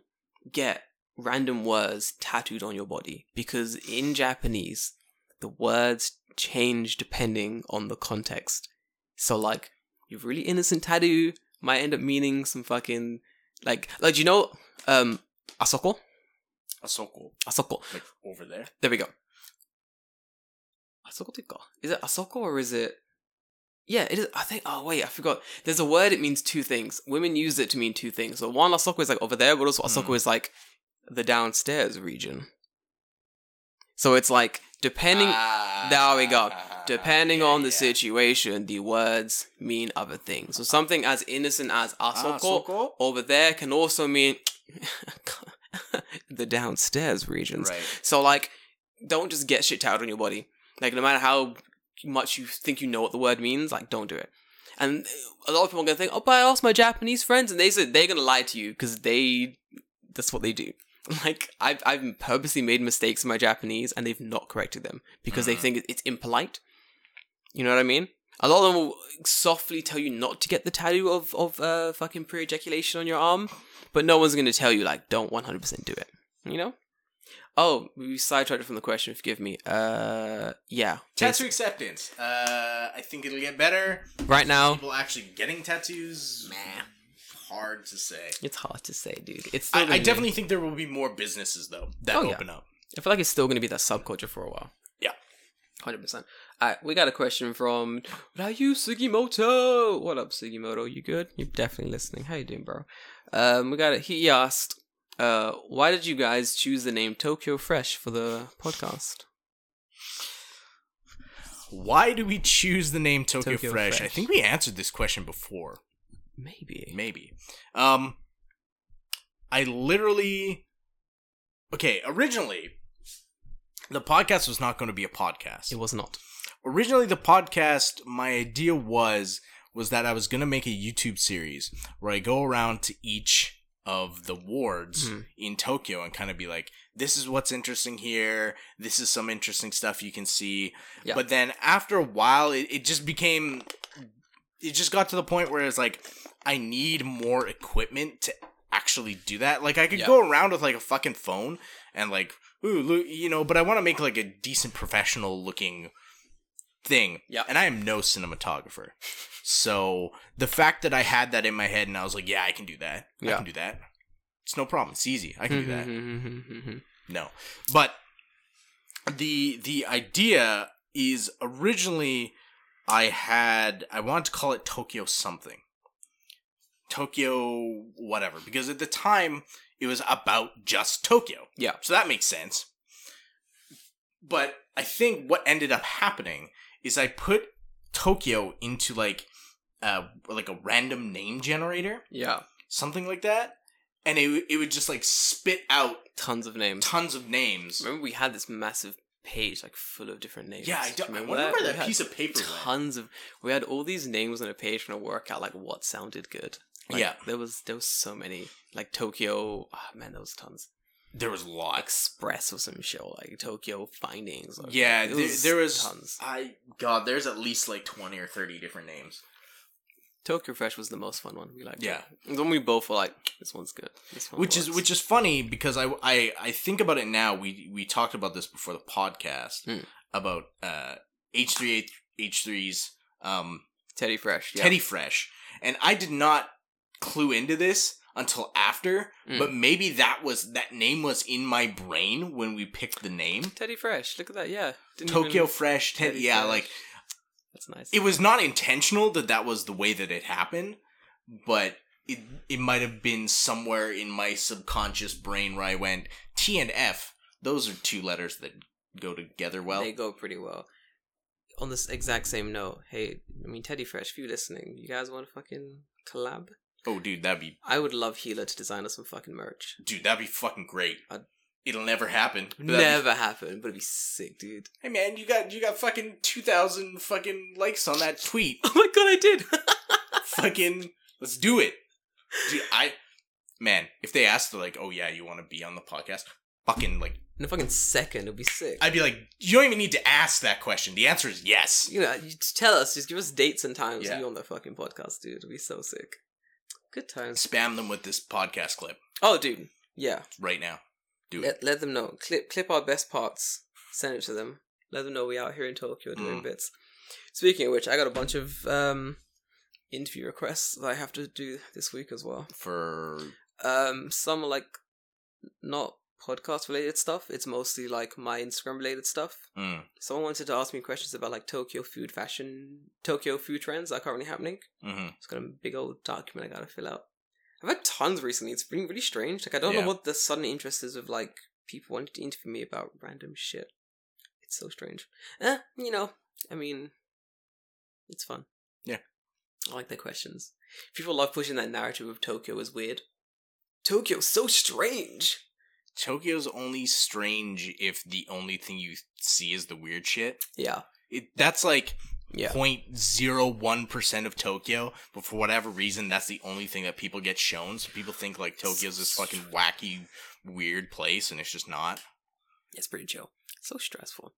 get random words tattooed on your body because in Japanese, the words change depending on the context. So, like, your really innocent tattoo might end up meaning some fucking like, like do you know, um, asoko, Asoko, asoko. like over there. There we go. Asoko to go. Is it asoko or is it? Yeah, it is. I think. Oh wait, I forgot. There's a word. It means two things. Women use it to mean two things. So one asoko is like over there, but also asoko is like the downstairs region. So it's like depending. Ah, there we go. Depending on the situation, the words mean other things. So something as innocent as Ah, asoko, over there can also mean <laughs> the downstairs regions. Right. So like, don't just get shit tatted on your body. Like no matter how much you think you know what the word means, like don't do it. And a lot of people are gonna think, oh, but I asked my Japanese friends, and they said they're gonna lie to you because they, that's what they do. <laughs> Like I've I've purposely made mistakes in my Japanese, and they've not corrected them because they Mhm. think it- it's impolite. You know what I mean? A lot of them will softly tell you not to get the tattoo of of uh, fucking pre ejaculation on your arm, but no one's gonna tell you like don't one hundred percent do it. You know? Oh, we sidetracked from the question. Forgive me. Uh, yeah. Tattoo acceptance. Uh, I think it'll get better. Right now, People actually getting tattoos. Nah. Hard to say. it's hard to say, dude. It's still I, I gonna be- definitely think there will be more businesses though that Oh, yeah. open up. I feel like it's still going to be that subculture for a while. Yeah. hundred percent. Alright, we got a question from Ryu Sugimoto. What up, Sugimoto? You good? You're definitely listening. How you doing, bro? Um, we got it. He asked, uh, why did you guys choose the name Tokyo Fresh for the podcast? Why do we choose the name Tokyo, Tokyo Fresh? I Fresh. think we answered this question before, Maybe. maybe. Um, I literally, okay. Originally, the podcast was not going to be a podcast. It was not. originally the podcast my idea was was that i was going to make a youtube series where i go around to each of the wards Mhm. in tokyo and kind of be like this is what's interesting here this is some interesting stuff you can see Yeah. but then after a while it, it just became it just got to the point where it's like i need more equipment to actually do that like i could Yeah. go around with like a fucking phone and like ooh loo- you know but i want to make like a decent professional looking thing. Yeah. And I am no cinematographer. So the fact that I had that in my head and I was like, yeah, I can do that. I Yeah. Mm-hmm. can do that. It's no problem. It's easy. I can do that. that. No. But the the idea is originally I had I wanted to call it Tokyo something. Tokyo whatever because at the time it was about just Tokyo. Yeah. So that makes sense. But I think what ended up happening is I put Tokyo into like uh like a random name generator, Yeah. something like that, and it it would just like spit out Tons of names. tons of names. Remember we had this massive page like full of different names. Yeah, I, do, I remember that, We had piece of paper. went. Tons of we had all these names on a page trying to work out like what sounded good. Like, Yeah. there was there was so many like Tokyo. ah man, there was tons. There was lots. Express or some shit or, like Tokyo findings. Or, Yeah, it there- there was- tons. I God, there's at least like twenty or thirty different names. Tokyo Fresh was the most fun one. We liked. Yeah. it. the one we both were like, this one's good. This one which is works. which is funny because I, I I think about it now. We we talked about this before the podcast Hmm. about uh H three H threes um Teddy Fresh. Yeah. Teddy Fresh, and I did not clue into this until after. Mm. But maybe that was that name was in my brain when we picked the name Teddy Fresh. Look at that. Yeah. Didn't Tokyo even- Fresh. Teddy, yeah, Fresh. like that's nice. it was not intentional that that was the way that it happened, but it it might have been somewhere in my subconscious brain where I went T and F. Those are two letters that go together well. they go pretty well. On this exact same note, hey, I mean Teddy Fresh, if you listening, you guys want to fucking collab? oh, dude, that'd be I would love Gila to design us some fucking merch. dude, that'd be fucking great. I'd- It'll never happen. but that'd be- Uh, Never happen, but it'd be sick, dude. <laughs> hey man, you got you got fucking two thousand fucking likes on that <laughs> tweet. Oh my god, I did. fucking let's do it, dude. I man, if they asked, they're like, oh yeah, you want to be on the podcast? Fucking like. In a fucking second, it'd be sick. I'd be like, you don't even need to ask that question. The answer is yes. you know, you just tell us, just give us dates and times. Yeah. You on the fucking podcast, dude? It'd be so sick. Good times. Spam them with this podcast clip Oh, dude. Yeah. right now. Do it. Let, let them know. Clip clip our best parts. Send it to them. Let them know we out here in Tokyo doing Mm. bits. Speaking of which, I got a bunch of um, interview requests that I have to do this week as well. For Um, some are like not podcast related stuff. It's mostly like my Instagram related stuff. mm, Someone wanted to ask me questions about like Tokyo food fashion, Tokyo food trends that are currently happening. hmm It's got a big old document I gotta fill out. I've had tons recently. It's been really strange. Like I don't Yeah. know what the sudden interest is of like people wanting to interview me about random shit. It's so strange. Eh, you know, I mean, it's fun. Yeah. I like their questions. People love pushing that narrative of Tokyo is weird. Tokyo's so strange. Tokyo's only strange if the only thing you see is the weird shit. Yeah. It that's like Yeah. point zero one percent of Tokyo, but for whatever reason, that's the only thing that people get shown. So people think like Tokyo's this fucking wacky, weird place, and it's just not. It's pretty chill. So stressful.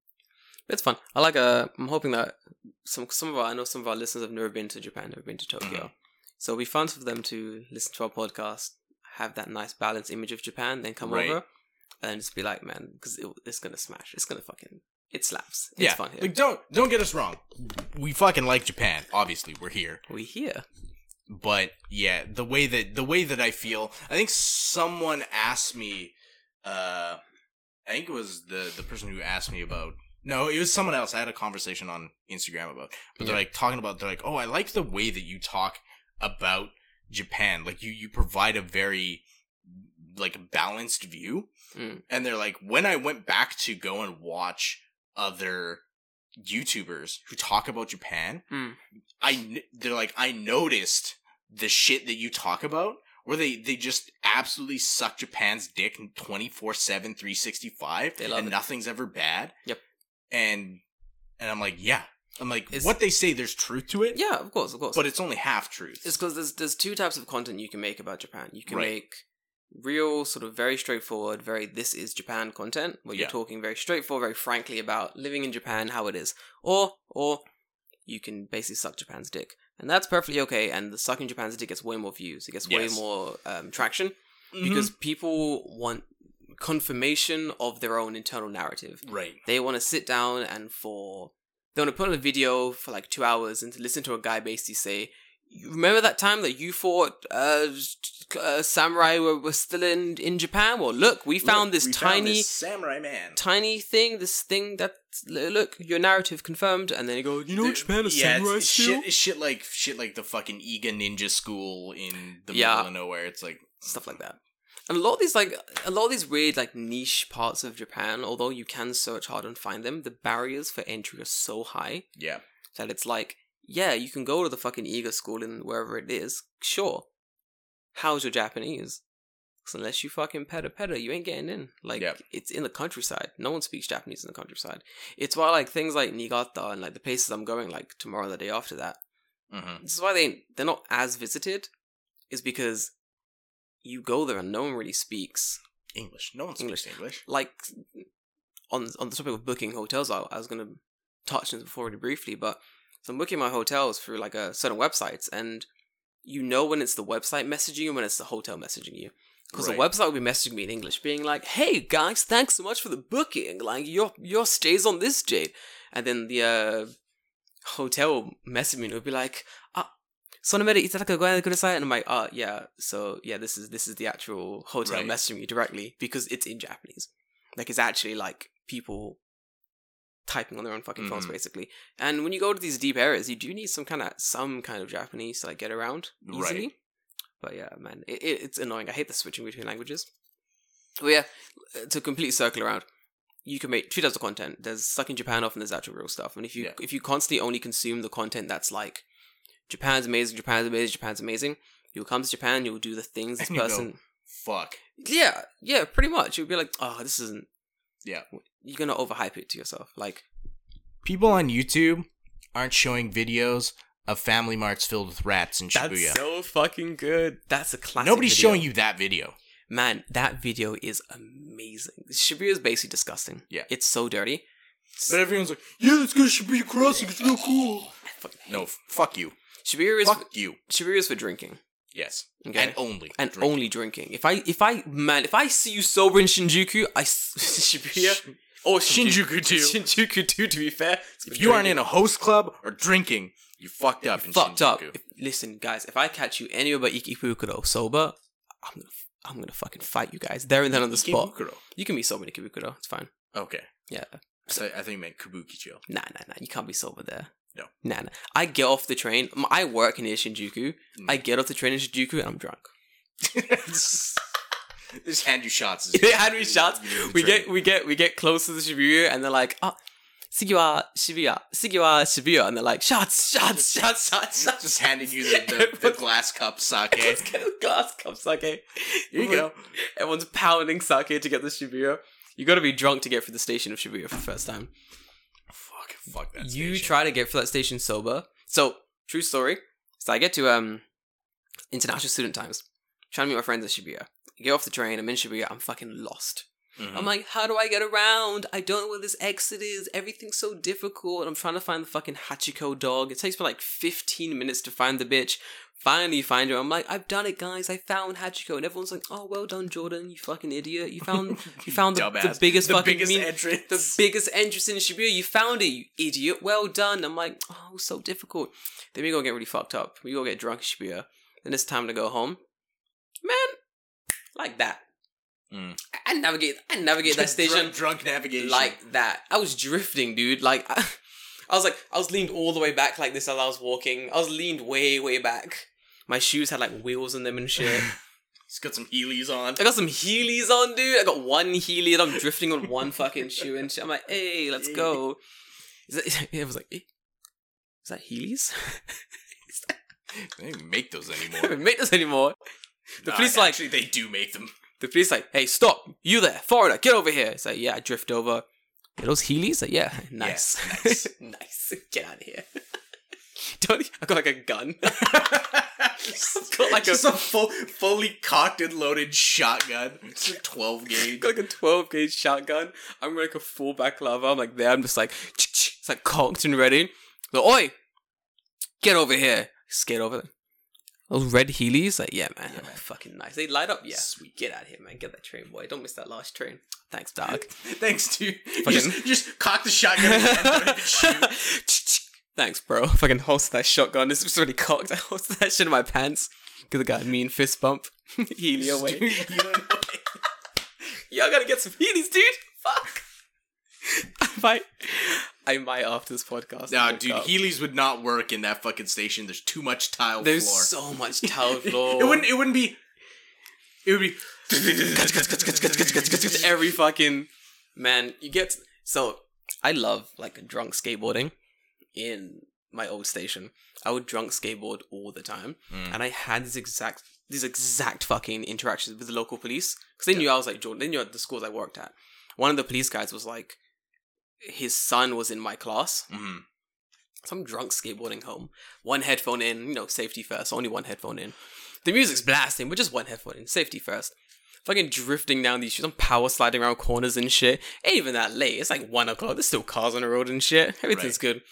But it's fun. I like uh I'm hoping that some some of our I know some of our listeners have never been to Japan, never been to Tokyo. Mm-hmm. So we found for them to listen to our podcast, have that nice balanced image of Japan, then come Right. over and just be like, man, because it, it's gonna smash. It's gonna fucking it slaps. It's fun here. Like don't don't get us wrong. We fucking like Japan. Obviously, we're here. we here. but yeah the way that the way that i feel i think someone asked me uh i think it was the the person who asked me about no it was someone else i had a conversation on instagram about but they're Yeah. like talking about they're like oh i like the way that you talk about japan like you you provide a very like balanced view Mm. and they're like when i went back to go and watch other youtubers who talk about japan Mm. I kn- they're like I noticed the shit that you talk about where they they just absolutely suck Japan's dick 24/7 365 They love and it. nothing's ever bad. Yep. And and I'm like, yeah. I'm like It's- what they say there's truth to it, Yeah, of course, of course. but it's only half truth. It's because there's there's two types of content you can make about Japan. You can Right. make real, sort of very straightforward, very this is Japan content, where Yeah. you're talking very straightforward, very frankly about living in Japan, how it is, or or you can basically suck Japan's dick, and that's perfectly okay. And the sucking Japan's dick gets way more views, it gets Yes. way more um, traction Mhm. because people want confirmation of their own internal narrative. right. They want to sit down and for they want to put on a video for like two hours and to listen to a guy basically say, "You remember that time that you thought uh, uh, samurai were, were still in in Japan? Well, look, we found Look, this we tiny." this samurai man. Tiny thing, this thing that look your narrative confirmed, and then you go. You know They're- Japan is yeah, it's- samurai it's still. shit, it's shit like shit like the fucking Iga Ninja School in the Yeah. middle of nowhere. It's like stuff like that. And a lot of these like a lot of these weird like niche parts of Japan, although you can search hard and find them, the barriers for entry are so high yeah. that it's like, yeah, you can go to the fucking eager school in wherever it is, sure. How's your Japanese? 'Cause unless you fucking peta peta, you ain't getting in. Like Yep. it's in the countryside. No one speaks Japanese in the countryside. It's why like things like Niigata and like the places I'm going like tomorrow, and the day after that. Mm-hmm. This is why they they're not as visited, is because you go there and no one really speaks English. No one speaks English. like on on the topic of booking hotels, I, I was gonna touch on this before really briefly, but so I'm booking my hotels through like a certain websites, and you know when it's the website messaging you and when it's the hotel messaging you. Because Right. the website will be messaging me in English, being like, "Hey guys, thanks so much for the booking. Like your your stays on this date," and then the uh, hotel messaging me and it would be like, "Ah, sonomere itadaka go kudasai," and I'm like, "Ah, yeah. So yeah, this is this is the actual hotel Right. messaging me directly because it's in Japanese. Like it's actually like people typing on their own fucking phones Mhm. basically. And when you go to these deep areas, you do need some kind of some kind of Japanese to like get around Right. easily. But yeah, man, it, it, it's annoying. I hate the switching between languages. But yeah, to completely circle around, you can make two types of content. There's sucking Japan off, and there's actual real stuff. And if you Yeah. if you constantly only consume the content that's like Japan's amazing, Japan's amazing, Japan's amazing, you'll come to Japan, you'll do the things this <laughs> And you go, person. Fuck. Yeah, yeah, pretty much. You'll be like, oh, this isn't. Yeah. You're gonna overhype it to yourself. Like, People on YouTube aren't showing videos of family marts filled with rats in Shibuya. so fucking good. That's a classic. Nobody's video. showing you that video. Man, that video is amazing. Shibuya is basically disgusting. Yeah. It's so dirty. But everyone's like, yeah, it's good Shibuya Crossing. It's real cool. I fucking hate No, it. f- fuck you. Shibuya is Fuck you. Shibuya is for drinking. Yes. Okay. And only. and Drink. only drinking. If I if I man, if I see you sober in Shinjuku, I s- <laughs> Shibuya Sh- or Shinjuku too. Shinjuku too. To be fair, If you aren't in a host club or drinking, you fucked up. in fucked up. Shinjuku. If- listen, guys, if I catch you anywhere but Ikebukuro sober, I'm gonna f- I'm gonna fucking fight you guys there and then on the spot. Ikebukuro. You can be sober in Ikebukuro. It's fine. Okay. Yeah. I thought, I thought you meant <laughs> Kabukicho. Nah, nah, nah. You can't be sober there. No. Nah, nah. I get off the train. m- I work in Shinjuku. Mm. I get off the train in Shinjuku and I'm drunk. They <laughs> just hand you shots. They <laughs> hand me shots. You- you We drink. get we get we get close to the Shibuya and they're like, ah, Sigiwa Shibuya, Sigiwa Shibuya, and they're like, shots, shots, <laughs> shots, shots, shots. just <laughs> handing you the, the, the glass cup sake. Let's get a glass cup sake. Here you go. Everyone's pounding sake to get the Shibuya. You got to be drunk to get through the station of Shibuya for the first time. Fuck, fuck that. you station. try to get through that station sober. So true story. So I get to um international student times. Trying to meet my friends in Shibuya. get off the train. I'm in Shibuya. I'm fucking lost. Mhm. I'm like, how do I get around? I don't know where this exit is. Everything's so difficult. I'm trying to find the fucking Hachiko dog. It takes me like 15 minutes to find the bitch. Finally find her. I'm like, I've done it, guys. I found Hachiko. And everyone's like, oh, well done, Jordan. You fucking idiot. You found you found the, the Dumbass. biggest the fucking biggest mean- entrance. the biggest entrance in Shibuya. You found it, you idiot. Well done. I'm like, oh, so difficult. Then we go get really fucked up. We go get drunk in Shibuya. Then it's time to go home. Man, like that. Mm. I- I navigate. I navigate that station <laughs> Drunk, drunk navigation. <laughs> like that. I was drifting, dude. Like, <laughs> I, I was like, I was leaned all the way back like this as I was walking. I was leaned way, way back. My shoes had like wheels in them and shit. He's got some Heelys on. I got some Heelys on, dude. I got one Heely and I'm drifting on one fucking shoe and shit. I'm like, hey, let's go. Is that, <laughs> it was like, eh, is that Heelys? <laughs> They don't even make those I haven't anymore. made this anymore. The Nah, police like- Uh, actually, they do make them. <laughs> The police like, hey, stop. You there, foreigner, get over here. It's like, yeah, I drift over. Are those Heelys? Like, yeah, <laughs> nice. nice. <laughs> nice. Get out of here. <laughs> Don't, I got like a gun. <laughs> <laughs> Just got like a- just a full, fully cocked and loaded shotgun. It's a 12 I've gauge. got like a 12 gauge shotgun. I'm like a full back lava. I'm like there. I'm just like, ch-ch-ch. it's like cocked and ready. But oi, get over here. Skate over them. Those red Heelys, like yeah, man, fucking nice. They light up, yeah. Sweet, get out of here, man. Get that train, boy. Don't miss that last train. Thanks, <laughs> dog. Thanks, dude. You Fucking- Just, you just cock the shotgun and don't even <laughs> shoot. Ch-ch. Thanks, bro. <laughs> Fucking holster that shotgun. This was already cocked. <laughs> I holstered that shit in my pants. Cause I got a mean fist bump. <laughs> Healy away. Just do- you don't know. Y'all gotta get some Heelys, dude. Fuck. <laughs> I might, I might after this podcast. Nah, look dude, up. Heelys would not work in that fucking station. There's too much tile There's floor. so much <laughs> towel floor. <laughs> It wouldn't. It wouldn't be. It <laughs> would be. It's <laughs> every fucking man. You get so I love like drunk skateboarding in my old station. I would drunk skateboard all the time, Mm. and I had these exact these exact fucking interactions with the local police because they knew I was like Jordan. They knew at the schools I worked at. One of the police guys was like, his son was in my class. hmm So I'm drunk skateboarding home, one headphone in, you know, safety first. Only one headphone in. The music's blasting, but just one headphone in, safety first. Fucking drifting down these streets, I'm power sliding around corners and shit. Ain't even that late. It's like one o'clock. There's still cars on the road and shit. <laughs> Everything's Right. good.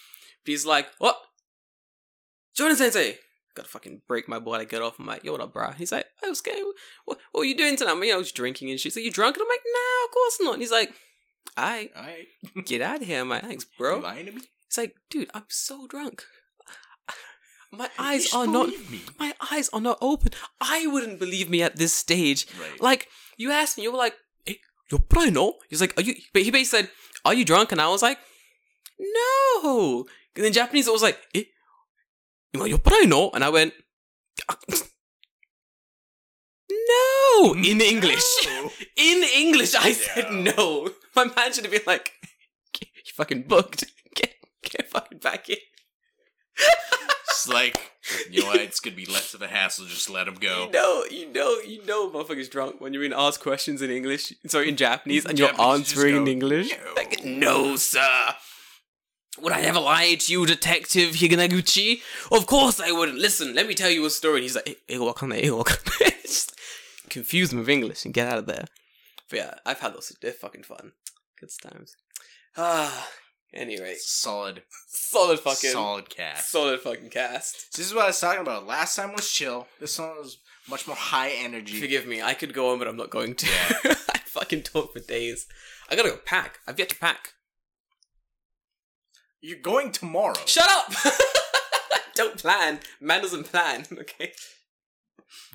But he's like, what? Jordan Sensei. Gotta fucking break my board. I get off. I'm like, yo, what up, bruh? He's like, I was okay. What, what were you doing tonight? I'm, you know, I was drinking and shit. So you drunk? And I'm like, nah, of course not. And he's like, all right, All right, get out of here. I'm like, thanks, bro. bro. You lying to me? It's like, dude, I'm so drunk. <laughs> My You eyes just are not believe me. my eyes are not open. I wouldn't believe me at this stage. Right. Like, you asked me, you were like, hey, you're Bruno. He's like, are you but he basically said, Are you drunk? And I was like, No. And in Japanese it was like, eh, you're Bruno. And I went, No in English. No. In English, I said Yeah. no. My man should have been like, "Get- "You fucking booked. Get, get fucking back in." It's like, you know what? It's gonna be less of a hassle. Just let him go. You know, you know, you know, motherfuckers drunk when you're being asked questions in English. Sorry, in Japanese, and you're Japanese, you just answering go, in English. "No." Like, no, sir. Would I ever lie to you, Detective Higanaguchi? Of course I wouldn't. Listen, let me tell you a story. And he's like, "Eh, eh, wakane, eh, wakane." <laughs> Just confuse him with English and get out of there. But yeah, I've had those. They're fucking fun. Good times. <sighs> Ah, anyway, Solid, solid fucking, solid, solid cast. fucking cast. this is what I was talking about. Last time was chill. This one was much more high energy. Forgive me, I could go on, but I'm not going to. Yeah. <laughs> I fucking talk for days. I gotta go pack. I've yet to pack. You're going tomorrow. Shut up! <laughs> Don't plan. Man doesn't plan. <laughs> Okay.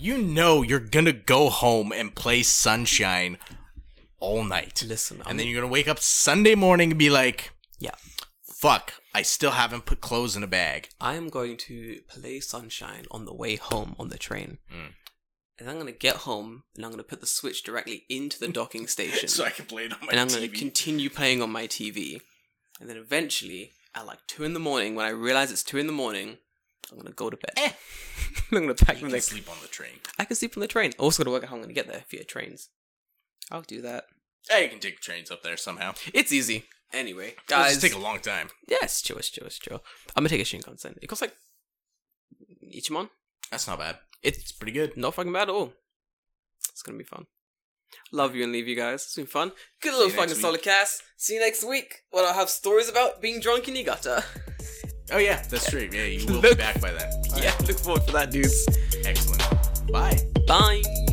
you know you're gonna go home and play Sunshine all night, Listen, I'm and then you're gonna wake up Sunday morning and be like, Yeah. fuck, I still haven't put clothes in a bag." I'm going to play Sunshine on the way home on the train. Mm. And I'm going to get home and I'm going to put the Switch directly into the docking <laughs> station. So I can play it on my and I'm going to TV. continue playing on my TV. And then eventually, at like 2 in the morning, when I realize it's 2 in the morning, I'm going to go to bed. Eh. <laughs> I'm going to pack you my can next sleep on the train. I can sleep on the train. I also gotta work out how I'm gonna get there via trains. I'll do that. Yeah, you Eh, can take trains up there somehow. It's easy. Anyway, It'll guys. just take a long time. yeah, it's chill, it's chill, it's chill. I'm gonna take a Shinkansen. It costs like Ichimon. That's not bad. It's pretty good. not fucking bad at all. It's gonna be fun. Love you and leave you guys. It's been fun. Good you little next fucking week. solid cast. See you next week when I'll have stories about being drunk in Niigata. Oh yeah, <laughs> that's true. Yeah, you will be Look- back by then. yeah, look forward for that, dudes. Excellent. Bye. Bye.